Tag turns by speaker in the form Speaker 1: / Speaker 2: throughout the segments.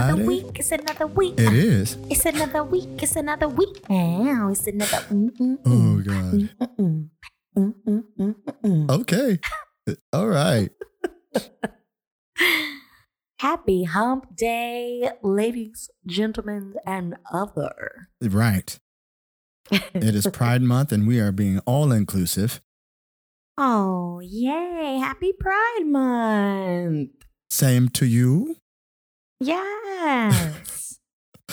Speaker 1: It's another week.
Speaker 2: It is.
Speaker 1: It's another week. It's another week now. It's another. mm, Mm-mm.
Speaker 2: Oh
Speaker 1: mm,
Speaker 2: God.
Speaker 1: Mm-mm. mm, Mm-mm-mm-mm.
Speaker 2: Okay. All right.
Speaker 1: Happy Hump Day, ladies, gentlemen, and other.
Speaker 2: Right. It is Pride Month, and we are being all inclusive.
Speaker 1: Oh, yay. Happy Pride Month.
Speaker 2: Same to you.
Speaker 1: Yes.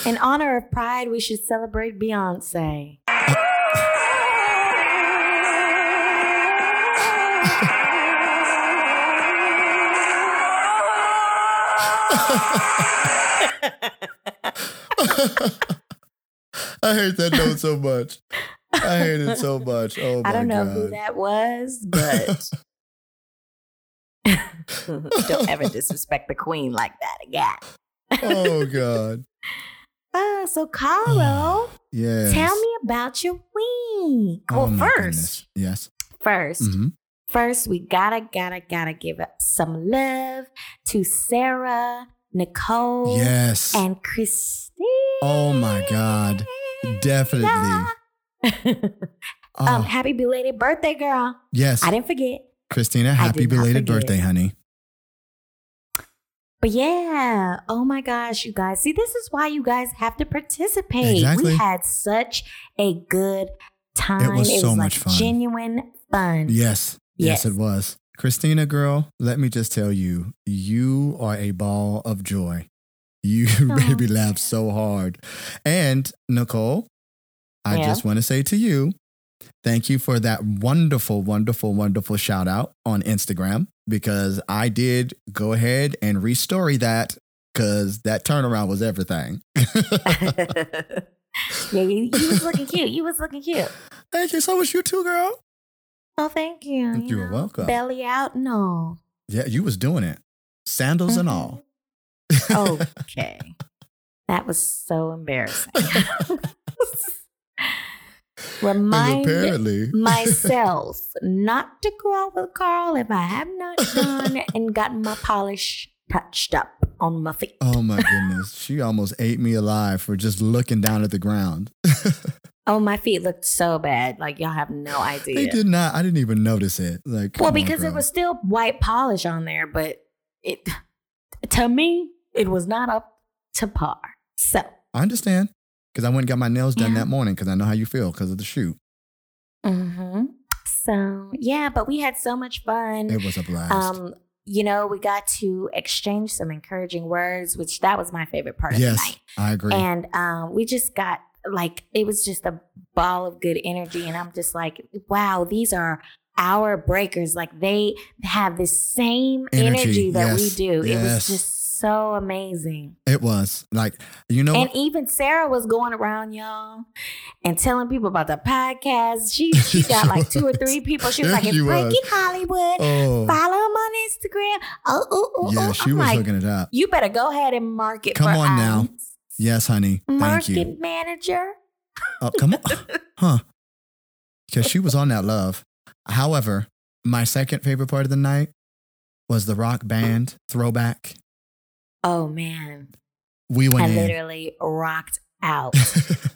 Speaker 1: In honor of Pride, we should celebrate Beyonce.
Speaker 2: I hate that note so much. I hate it so much. Oh my
Speaker 1: I don't know
Speaker 2: God.
Speaker 1: who that was, but don't ever disrespect the queen like that again.
Speaker 2: oh God.
Speaker 1: Uh, so, Carl,
Speaker 2: Yes.
Speaker 1: tell me about your week.
Speaker 2: Oh,
Speaker 1: well,
Speaker 2: my
Speaker 1: first,
Speaker 2: goodness. Yes.
Speaker 1: 1st
Speaker 2: Mhm.
Speaker 1: First, we gotta, gotta, gotta give up some love to Sarah, Nicole,
Speaker 2: Yes.
Speaker 1: and Christine.
Speaker 2: Oh my God. Definitely. Oh,
Speaker 1: um, happy belated birthday, girl.
Speaker 2: yes.
Speaker 1: I didn't forget.
Speaker 2: Christina, happy
Speaker 1: did not
Speaker 2: belated
Speaker 1: forget.
Speaker 2: birthday, honey.
Speaker 1: But yeah, oh my gosh, you guys. See, this is why you guys have to participate.
Speaker 2: Exactly.
Speaker 1: We had such a good time.
Speaker 2: was so
Speaker 1: like
Speaker 2: much fun.
Speaker 1: genuine fun.
Speaker 2: Yes. Yes,
Speaker 1: Yes.
Speaker 2: it was. Christina, girl, let me just tell you, you are a ball of joy. You
Speaker 1: Oh,
Speaker 2: made me laugh so hard. And Nicole, I
Speaker 1: Yeah.
Speaker 2: just want to say to you, thank you for that wonderful, wonderful, wonderful shout out on Instagram because I did go ahead and restory that because that turnaround was everything.
Speaker 1: yeah, you, you was looking cute. You was looking cute.
Speaker 2: Thank you so much, you too, girl.
Speaker 1: Oh, thank you. you
Speaker 2: You're
Speaker 1: know,
Speaker 2: welcome.
Speaker 1: Belly out, no.
Speaker 2: Yeah, you was doing it, sandals and
Speaker 1: Mm-hmm.
Speaker 2: all.
Speaker 1: Oh, Okay. that was so embarrassing.
Speaker 2: And
Speaker 1: Remind
Speaker 2: apparently,
Speaker 1: myself not to go out with Carl if I have not done and gotten my polish touched up on my feet.
Speaker 2: Oh my goodness. She almost ate me alive for just looking down at the ground.
Speaker 1: Oh, my feet looked so bad. Like, y'all have no idea.
Speaker 2: They did not I didn't even notice it. Like
Speaker 1: Well,
Speaker 2: come on,
Speaker 1: because
Speaker 2: girl.
Speaker 1: it was still white polish on there, but it to me it was not up to par. So
Speaker 2: I understand. Because I went and got my nails done
Speaker 1: Yeah.
Speaker 2: that morning because I know how you feel because of the shoot.
Speaker 1: mhm. so yeah, but we had so much fun.
Speaker 2: It was a blast.
Speaker 1: Um, you know, we got to exchange some encouraging words, which that was my favorite part of the
Speaker 2: yes,
Speaker 1: night.
Speaker 2: I agree.
Speaker 1: And um, we just got like it was just a ball of good energy, and I'm just like, wow, these are our breakers. Like they have this same
Speaker 2: Energy,
Speaker 1: energy, that
Speaker 2: yes,
Speaker 1: we do. It
Speaker 2: yes.
Speaker 1: was just so amazing.
Speaker 2: it was. Like, you know
Speaker 1: And
Speaker 2: what?
Speaker 1: even Sarah was going around, y'all, and telling people about the podcast. She she got like two or
Speaker 2: She
Speaker 1: three people. She was
Speaker 2: Yeah,
Speaker 1: like, "It's
Speaker 2: she was.
Speaker 1: Breaking Hollywood.
Speaker 2: Oh,
Speaker 1: Follow him on Instagram." Oh, oh, oh,
Speaker 2: yeah,
Speaker 1: oh.
Speaker 2: she
Speaker 1: I'm
Speaker 2: was
Speaker 1: like,
Speaker 2: hooking it up.
Speaker 1: "You better go ahead and market."
Speaker 2: Come
Speaker 1: for
Speaker 2: on
Speaker 1: us.
Speaker 2: now. Yes, honey. Thank
Speaker 1: market
Speaker 2: you.
Speaker 1: manager.
Speaker 2: Oh, come on. Huh. Because she was on that love. However, my second favorite part of the night was the rock band throwback.
Speaker 1: Oh man,
Speaker 2: We
Speaker 1: I
Speaker 2: went in.
Speaker 1: literally rocked out,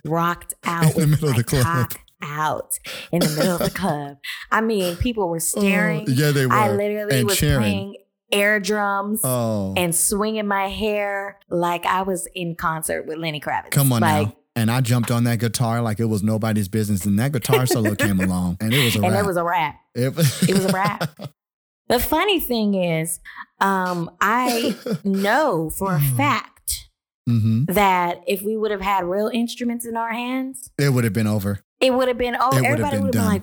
Speaker 1: rocked out
Speaker 2: In the
Speaker 1: with
Speaker 2: middle of
Speaker 1: my
Speaker 2: the club.
Speaker 1: cock out in the middle of the club. I mean, people were
Speaker 2: Oh,
Speaker 1: staring.
Speaker 2: yeah, they were.
Speaker 1: I literally
Speaker 2: and
Speaker 1: was
Speaker 2: cheering.
Speaker 1: playing air drums.
Speaker 2: oh,
Speaker 1: and swinging my hair like I was in concert with Lenny Kravitz.
Speaker 2: come on
Speaker 1: like,
Speaker 2: now. And I jumped on that guitar like it was nobody's business. And that guitar solo came along, and it was a
Speaker 1: And
Speaker 2: wrap.
Speaker 1: it was a wrap.
Speaker 2: it was,
Speaker 1: it was a wrap. The funny thing is, um, I know for
Speaker 2: Mm-hmm.
Speaker 1: a fact
Speaker 2: hmm
Speaker 1: that if we would have had real instruments in our hands,
Speaker 2: It would have been over.
Speaker 1: it would have been, oh,
Speaker 2: It would have
Speaker 1: everybody
Speaker 2: been
Speaker 1: would have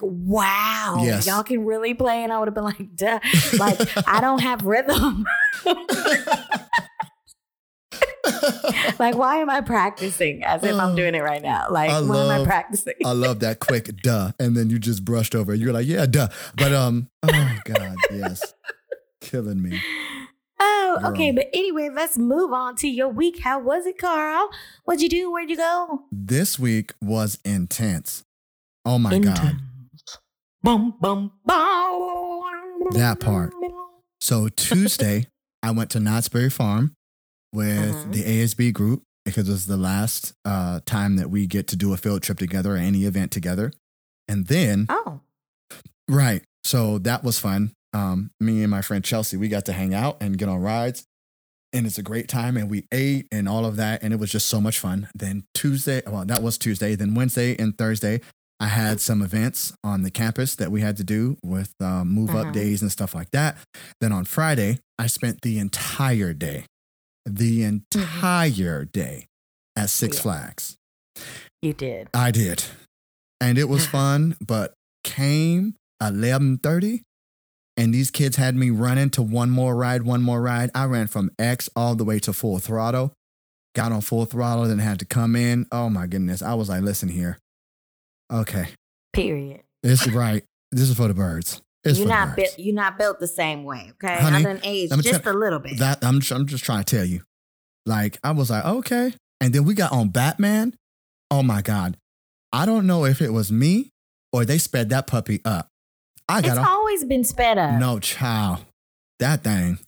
Speaker 1: been like,
Speaker 2: done.
Speaker 1: wow,
Speaker 2: Yes.
Speaker 1: y'all can really play. And I would have been like, duh, like, I don't have rhythm. like, why am I practicing as if
Speaker 2: Oh.
Speaker 1: I'm doing it right now? Like,
Speaker 2: I
Speaker 1: why am I
Speaker 2: love-
Speaker 1: practicing?
Speaker 2: I love that quick duh, and then you just brushed over. it. You were like, "Yeah, duh," but um, oh god, yes, killing me.
Speaker 1: Oh,
Speaker 2: Girl.
Speaker 1: okay. But anyway, let's move on to your week. How was it, Carl? What'd you do? Where'd you go?
Speaker 2: This week was intense. Oh my god.
Speaker 1: Bum, bum, bum.
Speaker 2: That part. So Tuesday, I went to Knott's Berry Farm with
Speaker 1: Uh-huh.
Speaker 2: the ASB group because it's the last uh, time that we get to do a field trip together or any event together. And then,
Speaker 1: Oh,
Speaker 2: right. So that was fun. Um, me and my friend Chelsea, we got to hang out and get on rides. And it's a great time. And we ate and all of that. And it was just so much fun. Then Tuesday, well, that was Tuesday. Then Wednesday and Thursday, I had some events on the campus that we had to do with uh, move
Speaker 1: Uh-huh.
Speaker 2: up days and stuff like that. Then on Friday, I spent the entire day, the entire day at Six
Speaker 1: Yeah.
Speaker 2: Flags.
Speaker 1: you did.
Speaker 2: I did, and it was fun. But came eleven thirty, and these kids had me running to one more ride, one more ride. I ran from X all the way to full throttle. Got on full throttle, then had to come in. Oh my goodness! I was like, "Listen here, okay,
Speaker 1: Period.
Speaker 2: this is right. This is for the birds. It's
Speaker 1: you're
Speaker 2: for
Speaker 1: not
Speaker 2: the birds."
Speaker 1: built. You're not built the same way. Okay,
Speaker 2: Honey,
Speaker 1: I done aged
Speaker 2: let me
Speaker 1: just
Speaker 2: tell-
Speaker 1: a little bit.
Speaker 2: That I'm I'm just trying to tell you. Like I was like, okay. And then we got on Batman. Oh my God. I don't know if it was me or they sped that puppy up. I
Speaker 1: it's
Speaker 2: got on
Speaker 1: always been sped up.
Speaker 2: no child. That thing.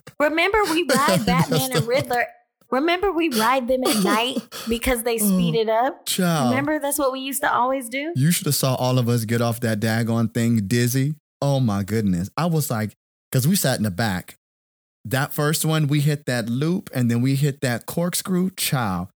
Speaker 1: Remember we ride Batman
Speaker 2: That's
Speaker 1: and
Speaker 2: the-
Speaker 1: Riddler. Remember we ride them at night because they
Speaker 2: Mm.
Speaker 1: speeded up.
Speaker 2: child.
Speaker 1: Remember that's what we used to always do.
Speaker 2: You should have saw all of us get off that daggone thing dizzy. Oh my goodness. I was like, because we sat in the back. That first one, we hit that loop and then we hit that corkscrew. Child.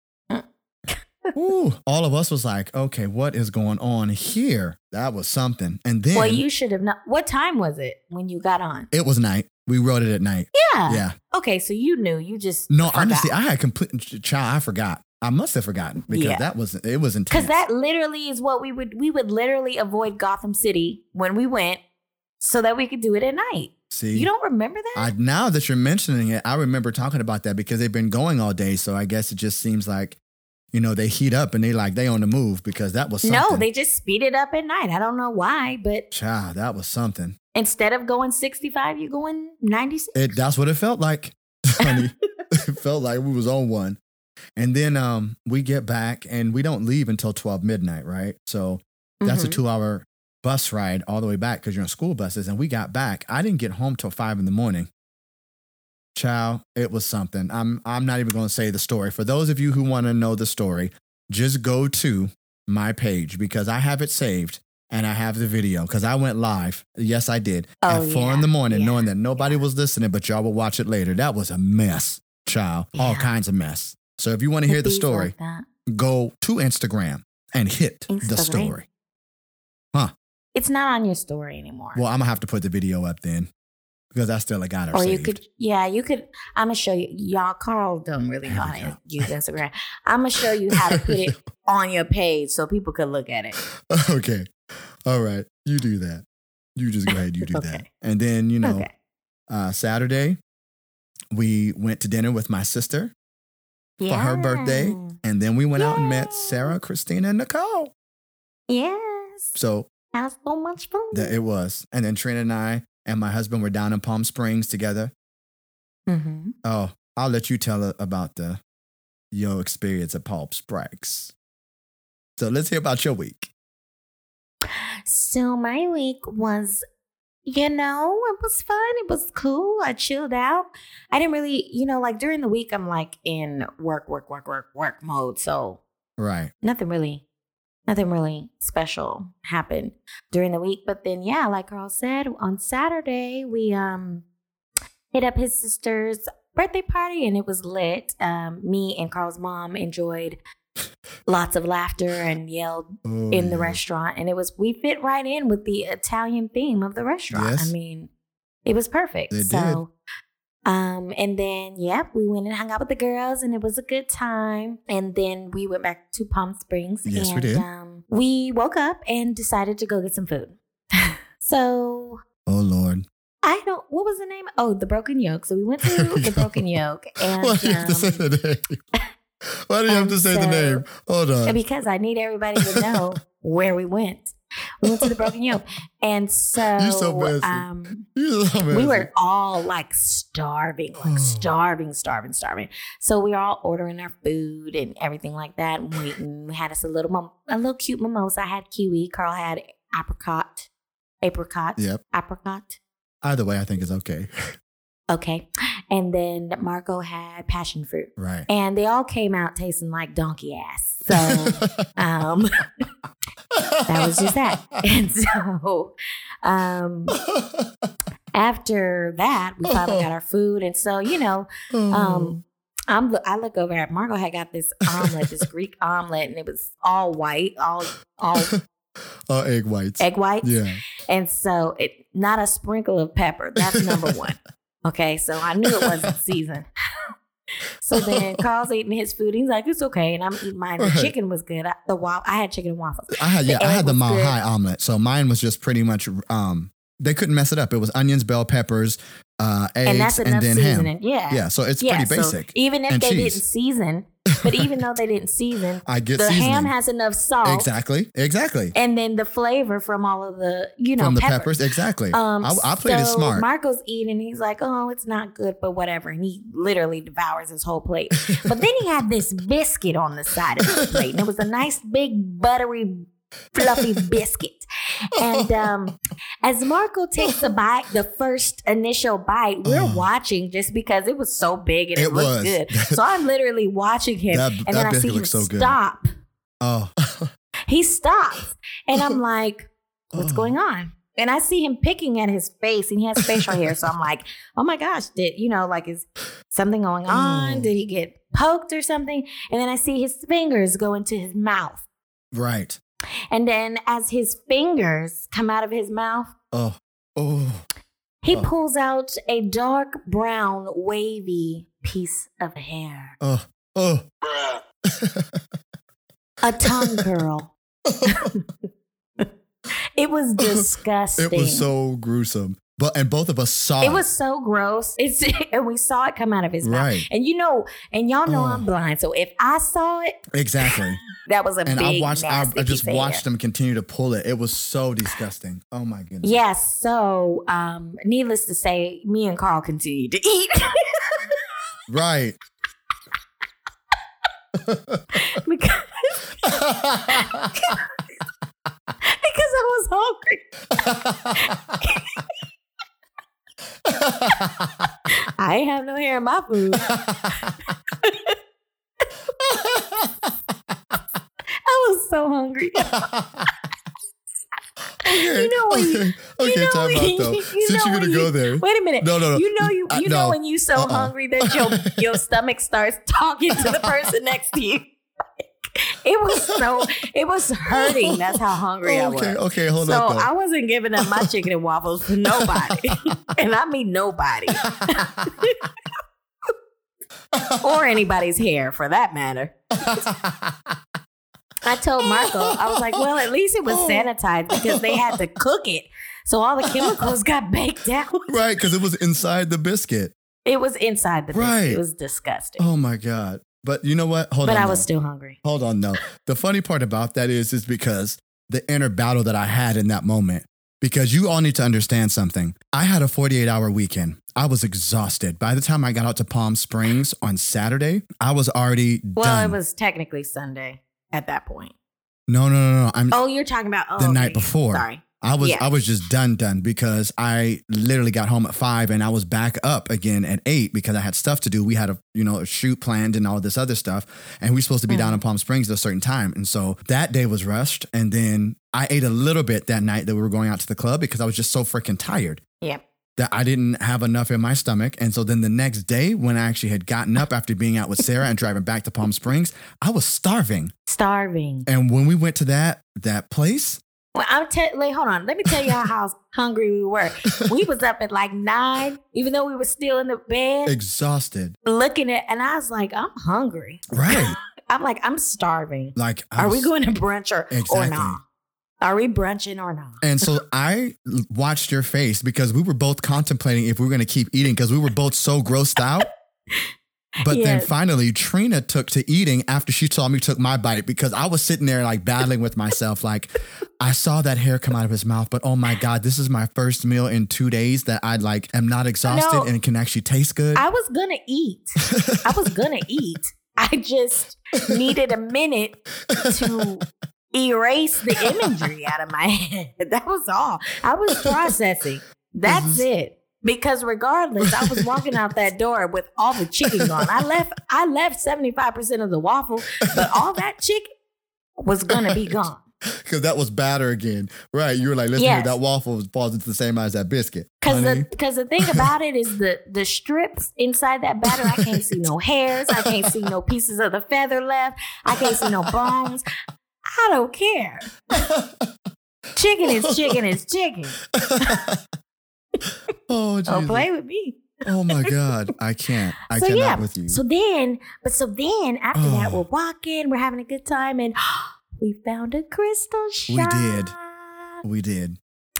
Speaker 2: Ooh, all of us was like, okay, what is going on here? That was something. And then
Speaker 1: Well, you should have not. What time was it when you got on?
Speaker 2: it was night. We rode it at night.
Speaker 1: Yeah.
Speaker 2: yeah.
Speaker 1: Okay, so you knew. You just
Speaker 2: No, honestly, I had complete child. I forgot. I must have forgotten because
Speaker 1: Yeah.
Speaker 2: that was it was intense.
Speaker 1: because that literally is what we would we would literally avoid Gotham City when we went so that we could do it at night.
Speaker 2: see
Speaker 1: You don't remember that?
Speaker 2: I, now that you're mentioning it, I remember talking about that because they've been going all day. So I guess it just seems like, you know, they heat up and they like they on the move because that was something.
Speaker 1: no, they just speed it up at night. I don't know why, but
Speaker 2: child, that was something.
Speaker 1: instead of going 65, you're going 96.
Speaker 2: It that's what it felt like. Honey. it felt like we was on one. And then um we get back and we don't leave until twelve midnight, right? So that's a
Speaker 1: Mhm.
Speaker 2: two hour bus ride all the way back because you're on school buses. And we got back. I didn't get home till five in the morning. Child, it was something. I'm I'm not even gonna say the story. For those of you who want to know the story, just go to my page because I have it saved and I have the video because I went live. Yes, I did.
Speaker 1: Oh,
Speaker 2: at four
Speaker 1: yeah.
Speaker 2: in the morning,
Speaker 1: Yeah.
Speaker 2: knowing that nobody was listening, but y'all will watch it later. That was a mess, child. All
Speaker 1: Yeah.
Speaker 2: kinds of mess. So if you want to hear the
Speaker 1: Things
Speaker 2: story,
Speaker 1: like that.
Speaker 2: go to Instagram and hit the
Speaker 1: Instagram.
Speaker 2: story.
Speaker 1: It's not on your story anymore.
Speaker 2: Well, I'm gonna have to put the video up then because I still got it.
Speaker 1: or you
Speaker 2: saved.
Speaker 1: could, yeah, you could. I'm gonna show you. Y'all, Carl don't really know how
Speaker 2: Here we
Speaker 1: to use Instagram. I'm gonna show you how to put it on your page so people could look at it.
Speaker 2: okay, all right, you do that. You just go ahead, you do that,
Speaker 1: Okay.
Speaker 2: and then you know
Speaker 1: Okay.
Speaker 2: uh, Saturday we went to dinner with my sister, for her birthday. and then we went out and met
Speaker 1: Yay.
Speaker 2: Sarah, Christina, and Nicole.
Speaker 1: Yes.
Speaker 2: So
Speaker 1: That's so much fun.
Speaker 2: that it was, and then Trina and I and my husband were down in Palm Springs together.
Speaker 1: Mhm.
Speaker 2: Oh, I'll let you tell about the your experience at Palm Springs. So let's hear about your week.
Speaker 1: So my week was, you know, it was fun. It was cool. I chilled out. I didn't really, you know, like during the week, I'm like in work, work, work, work, work mode. So
Speaker 2: Right.
Speaker 1: nothing really nothing really special happened during the week but then yeah like carl said on saturday we um hit up his sister's birthday party and it was lit um me and carl's mom enjoyed lots of laughter and yelled
Speaker 2: Oh,
Speaker 1: in the
Speaker 2: yeah.
Speaker 1: restaurant and it was we fit right in with the italian theme of the restaurant
Speaker 2: Yes.
Speaker 1: i mean it was perfect
Speaker 2: It
Speaker 1: so um and then yep we went and hung out with the girls and it was a good time and then we went back to palm springs
Speaker 2: Yes, we
Speaker 1: and
Speaker 2: did.
Speaker 1: um we woke up and decided to go get some food so
Speaker 2: Oh Lord.
Speaker 1: i don't what was the name oh the broken yoke so we went to the broken yoke and
Speaker 2: Why do you have to say
Speaker 1: um,
Speaker 2: the name? Why do you have to
Speaker 1: and
Speaker 2: say the
Speaker 1: so-
Speaker 2: name? Hold on.
Speaker 1: And because I need everybody to know where we went. We went to the Broken Yoke. And so,
Speaker 2: You're so messy.
Speaker 1: um,
Speaker 2: You so
Speaker 1: we
Speaker 2: messy. Mm.
Speaker 1: were all like starving, like starving, starving, starving. So we were all ordering our food and everything like that and waiting. We had us a little mom- a little cute mimosa. I had kiwi. Carl had apricot, apricot,
Speaker 2: Yep.
Speaker 1: apricot.
Speaker 2: Either way, I think it's okay.
Speaker 1: Okay. And then Marco had passion fruit.
Speaker 2: Right.
Speaker 1: And they all came out tasting like donkey ass. So um, that was just that. And so um, after that, we finally got our food. And so, you know,
Speaker 2: Oh. Mm-hmm.
Speaker 1: um, I'm lo- I look over at Marco had got this omelet, this Greek omelet, and it was all white, all all
Speaker 2: Oh, egg whites.
Speaker 1: egg whites.
Speaker 2: Yeah.
Speaker 1: And so it not a sprinkle of pepper. That's number one. Okay. So I knew it wasn't seasoned. so then Carl's eating his food. He's like, it's okay. And I'm eating mine. The
Speaker 2: Right.
Speaker 1: chicken was good. I, the wa- I had chicken and waffles.
Speaker 2: I had yeah, I
Speaker 1: egg
Speaker 2: had the
Speaker 1: was
Speaker 2: mile
Speaker 1: good.
Speaker 2: high omelet. So mine was just pretty much um they couldn't mess it up. It was onions, bell peppers, uh eggs,
Speaker 1: and
Speaker 2: and,
Speaker 1: that's enough
Speaker 2: then
Speaker 1: seasoning.
Speaker 2: ham.
Speaker 1: Yeah.
Speaker 2: Yeah, so it's
Speaker 1: Yeah,
Speaker 2: pretty
Speaker 1: so e,
Speaker 2: basic.
Speaker 1: even if
Speaker 2: And
Speaker 1: they
Speaker 2: cheese.
Speaker 1: didn't season, but even though they didn't season,
Speaker 2: I get
Speaker 1: the
Speaker 2: seasoning.
Speaker 1: ham has enough salt.
Speaker 2: exactly. Exactly.
Speaker 1: And then the flavor from all of the, you know,
Speaker 2: From the
Speaker 1: peppers.
Speaker 2: peppers, exactly.
Speaker 1: Um,
Speaker 2: I, I played
Speaker 1: so
Speaker 2: it smart.
Speaker 1: Marco's eating. He's like, "Oh, it's not good, but whatever." And he literally devours his whole plate. But then he had this biscuit on the side of his plate, and it was a nice big buttery, fluffy biscuit. And um, as Marco takes a bite, the first initial bite, we're
Speaker 2: Oh.
Speaker 1: watching just because it was so big and it,
Speaker 2: It
Speaker 1: looked
Speaker 2: was.
Speaker 1: good. So I'm literally watching him,
Speaker 2: That-
Speaker 1: and
Speaker 2: that
Speaker 1: then I see
Speaker 2: biscuit
Speaker 1: him
Speaker 2: looks so good.
Speaker 1: stop.
Speaker 2: oh.
Speaker 1: He stops, and I'm like what's going on? And I see him picking at his face and he has facial hair. So I'm like, oh my gosh, did you know, like, is something going on?
Speaker 2: Oh.
Speaker 1: Did he get poked or something? And then I see his fingers go into his mouth.
Speaker 2: Right.
Speaker 1: And then as his fingers come out of his mouth,
Speaker 2: Oh. Oh.
Speaker 1: he
Speaker 2: Oh.
Speaker 1: pulls out a dark brown, wavy piece of hair,
Speaker 2: Oh. Oh.
Speaker 1: a tongue curl. it was disgusting.
Speaker 2: It was so gruesome. But and both of us saw
Speaker 1: It was so gross. It's and we saw it come out of his mouth.
Speaker 2: Uh. right.
Speaker 1: And you know, and y'all know
Speaker 2: Oh.
Speaker 1: I'm blind. So if I saw it,
Speaker 2: Exactly.
Speaker 1: that was a
Speaker 2: and
Speaker 1: big
Speaker 2: I watched I,
Speaker 1: nasty
Speaker 2: I just
Speaker 1: piece of
Speaker 2: watched
Speaker 1: hair.
Speaker 2: them continue to pull it. It was so disgusting. Oh my goodness.
Speaker 1: Yes. So, um, needless to say, me and Carl continued to eat
Speaker 2: Right.
Speaker 1: because, because I was hungry. I ain't have no hair in my food. I was so hungry.
Speaker 2: Okay,
Speaker 1: You know when you-
Speaker 2: okay, okay,
Speaker 1: know
Speaker 2: time
Speaker 1: when
Speaker 2: out though.
Speaker 1: you- you
Speaker 2: Since
Speaker 1: know
Speaker 2: you're gonna
Speaker 1: when
Speaker 2: go
Speaker 1: you-
Speaker 2: there,
Speaker 1: Wait a minute.
Speaker 2: no, no, no.
Speaker 1: You know you
Speaker 2: Uh, I-
Speaker 1: you know
Speaker 2: no.
Speaker 1: when you so
Speaker 2: Uh-uh.
Speaker 1: hungry that your your stomach starts talking to the person next to you. It was so it was hurting. That's how hungry I was.
Speaker 2: Oh, okay, okay, hold
Speaker 1: so
Speaker 2: up. Though.
Speaker 1: I wasn't giving up my chicken and waffles for nobody. and I mean nobody. Or anybody's hair for that matter. I told Marco, I was like, well, at least it was
Speaker 2: Oh.
Speaker 1: sanitized because they had to cook it. So all the chemicals got baked down.
Speaker 2: right, because it was inside the biscuit.
Speaker 1: It was inside the biscuit.
Speaker 2: Right.
Speaker 1: It was disgusting.
Speaker 2: Oh my god! But you know what? Hold
Speaker 1: but
Speaker 2: on.
Speaker 1: I
Speaker 2: though.
Speaker 1: was still hungry.
Speaker 2: Hold on, no. The funny part about that is, is because the inner battle that I had in that moment. Because you all need to understand something. I had a 48 hour weekend. I was exhausted. By the time I got out to Palm Springs on Saturday, I was already
Speaker 1: Well,
Speaker 2: done.
Speaker 1: it was technically Sunday at that point.
Speaker 2: no, no, no, no. I'm,
Speaker 1: Oh, you're talking about oh,
Speaker 2: The night
Speaker 1: okay.
Speaker 2: before.
Speaker 1: Sorry.
Speaker 2: I was
Speaker 1: yeah.
Speaker 2: I was just done done because I literally got home at five and I was back up again at eight because I had stuff to do. We had a you know a shoot planned and all this other stuff, and we were supposed to be down in Palm Springs at a certain time. And so that day was rushed, and then I ate a little bit that night that we were going out to the club because I was just so freaking tired
Speaker 1: Yeah.
Speaker 2: that I didn't have enough in my stomach. And so then the next day, when I actually had gotten up after being out with Sarah and driving back to Palm Springs, I was starving.
Speaker 1: Starving.
Speaker 2: And when we went to that that place,
Speaker 1: Well, I'm tell like, hold on. Let me tell y'all how hungry we were. We was up at like nine, even though we were still in the bed
Speaker 2: exhausted,
Speaker 1: looking at, and I was like, I'm hungry.
Speaker 2: right?
Speaker 1: I'm like, I'm starving.
Speaker 2: Like, I
Speaker 1: Are we
Speaker 2: was-
Speaker 1: going to brunch or or
Speaker 2: Exactly.
Speaker 1: not? Are we brunching or not?
Speaker 2: And so I l- watched your face because we were both contemplating if we were going to keep eating because we were both so grossed out. But then
Speaker 1: Yes.
Speaker 2: finally, Trina took to eating after she saw me took my bite because I was sitting there like battling with myself. Like, I saw that hair come out of his mouth, but oh my God, this is my first meal in two days that I like am not exhausted
Speaker 1: No.
Speaker 2: and can actually taste good.
Speaker 1: I was gonna eat. I was gonna eat. I just needed a minute to erase the imagery out of my head. That was all. I was processing. That's it. Because regardless, I was walking out that door with all the chicken gone. I left I left 75% of the waffle, but all that chicken was gonna be gone.
Speaker 2: Because that was batter again. Right. You were like, listen,
Speaker 1: Yes.
Speaker 2: that waffle was- falls into the same eye as that biscuit.
Speaker 1: Cause
Speaker 2: honey.
Speaker 1: the cause the thing about it is the the strips inside that batter, I can't see no hairs, I can't see no pieces of the feather left, I can't see no bones. I don't care. Chicken is chicken is chicken.
Speaker 2: oh,
Speaker 1: Don't
Speaker 2: Jesus.
Speaker 1: play with me.
Speaker 2: oh my God. I can't. I
Speaker 1: So,
Speaker 2: cannot
Speaker 1: yeah.
Speaker 2: with you.
Speaker 1: So then, but so then after that,
Speaker 2: Oh.
Speaker 1: we're walking, we're having a good time, and we found a crystal
Speaker 2: We
Speaker 1: shop.
Speaker 2: did. we did.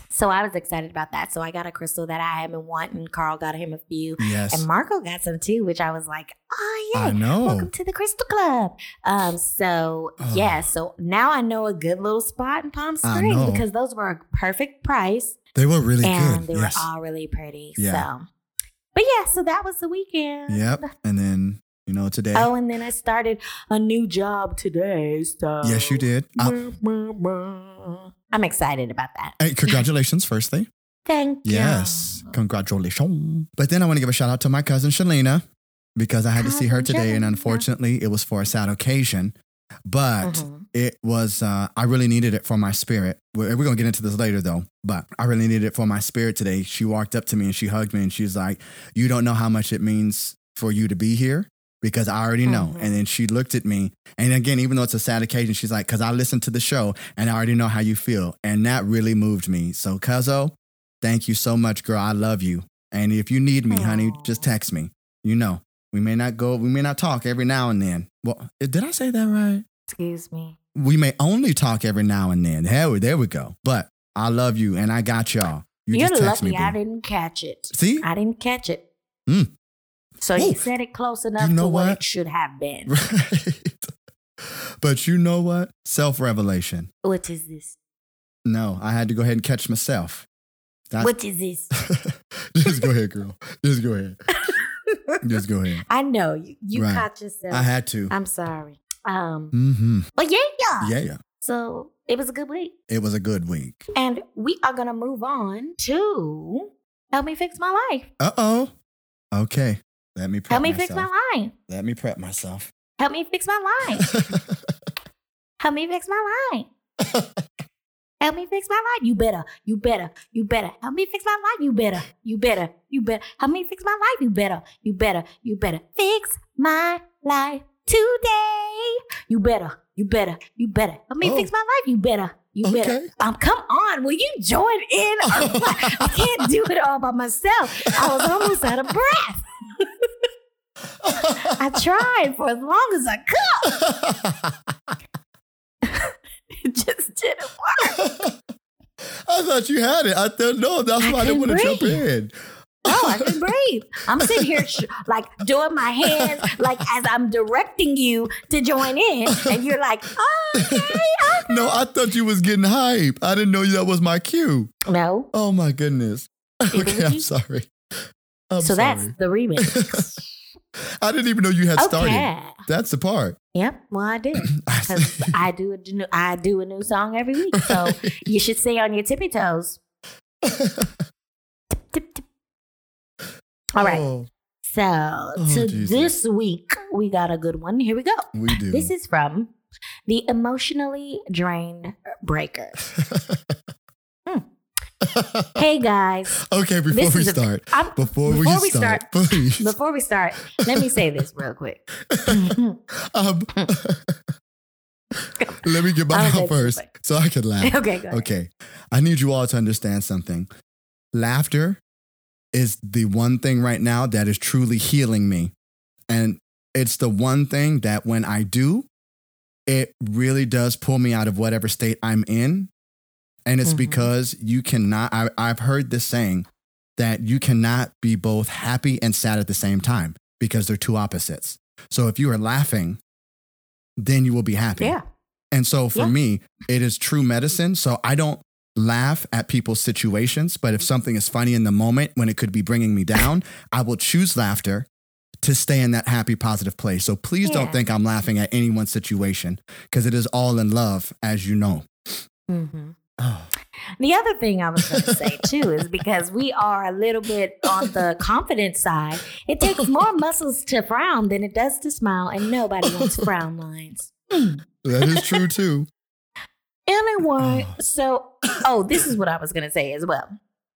Speaker 1: So I was excited about that. So I got a crystal that I haven't wanted. Carl got him a few,
Speaker 2: Yes.
Speaker 1: and Marco got some too, which I was like, oh yeah.
Speaker 2: I know.
Speaker 1: Welcome to the Crystal Club. Um, so
Speaker 2: Oh.
Speaker 1: yeah, so now I know a good little spot in Palm
Speaker 2: I
Speaker 1: Springs
Speaker 2: know.
Speaker 1: because those were a perfect price
Speaker 2: They were really
Speaker 1: and
Speaker 2: good.
Speaker 1: they
Speaker 2: yes.
Speaker 1: were all really pretty.
Speaker 2: Yeah.
Speaker 1: So, but yeah, so that was the weekend.
Speaker 2: Yep. And then, you know, today.
Speaker 1: Oh, and then I started a new job today. So
Speaker 2: yes, you did. Uh, I-
Speaker 1: I'm excited about that.
Speaker 2: Hey, congratulations, first thing.
Speaker 1: Thank you.
Speaker 2: Yes, congratulations. But then I want to give a shout out to my cousin Shalina because I had to see her
Speaker 1: Cousin
Speaker 2: today, and
Speaker 1: Shalina.
Speaker 2: unfortunately, it was for a sad occasion. But
Speaker 1: Mhm.
Speaker 2: it was, uh, I really needed it for my spirit. We're, we're going to get into this later, though, but I really needed it for my spirit today. She walked up to me and she hugged me, and she's like, You don't know how much it means for you to be here because I already know.
Speaker 1: Mhm.
Speaker 2: And then she looked at me. And again, even though it's a sad occasion, she's like, Because I listened to the show and I already know how you feel. And that really moved me. So, Cuzzo, thank you so much, girl. I love you. And if you need me, honey,
Speaker 1: Aw.
Speaker 2: just text me. You know, we may not go, we may not talk every now and then. Well, did I say that right?
Speaker 1: Excuse me.
Speaker 2: We may only talk every now and then. Hell, there we go. But I love you and I got y'all. You
Speaker 1: You are
Speaker 2: just text
Speaker 1: lucky
Speaker 2: me.
Speaker 1: I
Speaker 2: boo.
Speaker 1: didn't catch it.
Speaker 2: See?
Speaker 1: I didn't catch it.
Speaker 2: Mm.
Speaker 1: So
Speaker 2: Ooh.
Speaker 1: you said it close enough
Speaker 2: know
Speaker 1: to what?
Speaker 2: what?
Speaker 1: it should have been.
Speaker 2: right. But you know what? Self revelation.
Speaker 1: What is this?
Speaker 2: No, I had to go ahead and catch myself. That's-
Speaker 1: What is this?
Speaker 2: just go ahead, girl. Just go ahead. Just go ahead.
Speaker 1: I know you, you
Speaker 2: Right.
Speaker 1: caught yourself.
Speaker 2: I had to.
Speaker 1: I'm sorry. Um,
Speaker 2: Mm-hmm.
Speaker 1: but yeah, yeah.
Speaker 2: Yeah, yeah.
Speaker 1: So it was a good week.
Speaker 2: It was a good week.
Speaker 1: And we are going to move on to Help Me Fix My Life.
Speaker 2: Uh oh. Okay. Let me prep
Speaker 1: Help me
Speaker 2: myself.
Speaker 1: fix my life.
Speaker 2: Let me prep myself.
Speaker 1: Help me fix my life. Help me fix my life. Help me fix my life. You better. You better. You better. Help me fix my life. You better. You better. You better. Help me fix my life. You better. You better. You better. Fix my life today. You better. You better. You better. Help me
Speaker 2: Oh.
Speaker 1: fix my life. You better. You better.
Speaker 2: okay.
Speaker 1: Um, come on, will you join in? Or what? I can't do it all by myself. I was almost out of breath. I tried for as long as I could. It just didn't work.
Speaker 2: I thought you had it. I thought no, that's
Speaker 1: I
Speaker 2: why I didn't want
Speaker 1: couldn't
Speaker 2: to jump
Speaker 1: breathe.
Speaker 2: in.
Speaker 1: Oh, I can breathe. I'm sitting here sh- like doing my hands, like as I'm directing you to join in, and you're like, oh, okay.
Speaker 2: No, I thought you was getting hype. I didn't know that was my cue.
Speaker 1: No,
Speaker 2: Oh my goodness. Okay, I'm
Speaker 1: Mhm.
Speaker 2: sorry. I'm
Speaker 1: so that's
Speaker 2: sorry.
Speaker 1: the remix.
Speaker 2: I didn't even know you had started.
Speaker 1: okay.
Speaker 2: That's the part.
Speaker 1: Yep. Well, I did
Speaker 2: I
Speaker 1: because
Speaker 2: said-
Speaker 1: I do a new, I do a new song every week, so you should stay on your tippy toes. Tip, tip, tip. All right.
Speaker 2: Oh,
Speaker 1: So,
Speaker 2: Oh,
Speaker 1: to
Speaker 2: Jesus.
Speaker 1: this week, we got a good one. Here we go.
Speaker 2: we do.
Speaker 1: This is from the emotionally drained breaker. hey guys,
Speaker 2: okay, before
Speaker 1: Hmm. This
Speaker 2: we
Speaker 1: is a-
Speaker 2: start,
Speaker 1: I'm
Speaker 2: before,
Speaker 1: before
Speaker 2: we
Speaker 1: we
Speaker 2: start,
Speaker 1: start-
Speaker 2: please.
Speaker 1: before we start, let me say this real quick. hmm.
Speaker 2: Um, let me get mine
Speaker 1: Okay,
Speaker 2: out first
Speaker 1: perfect.
Speaker 2: so I can laugh.
Speaker 1: okay, go. Okay.
Speaker 2: Okay. I need you all to understand something. Laughter is the one thing right now that is truly healing me. And it's the one thing that when I do, it really does pull me out of whatever state I'm in. And it's
Speaker 1: Mhm.
Speaker 2: because you cannot, I, I've heard this saying that you cannot be both happy and sad at the same time because they're two opposites. So if you are laughing, then you will be happy.
Speaker 1: Yeah.
Speaker 2: And so for
Speaker 1: Yeah.
Speaker 2: me, it is true medicine. So I don't laugh at people's situations, but if something is funny in the moment when it could be bringing me down, I will choose laughter to stay in that happy, positive place. So please don't
Speaker 1: Yeah.
Speaker 2: think I'm laughing at anyone's situation because it is all in love, as you know.
Speaker 1: Mhm.
Speaker 2: Oh,
Speaker 1: The other thing I was going to say too is because we are a little bit on the confident side, it takes more muscles to frown than it does to smile, and nobody wants frown lines.
Speaker 2: That is true too.
Speaker 1: Anyway,
Speaker 2: Oh.
Speaker 1: so oh, this is what I was gonna say as well.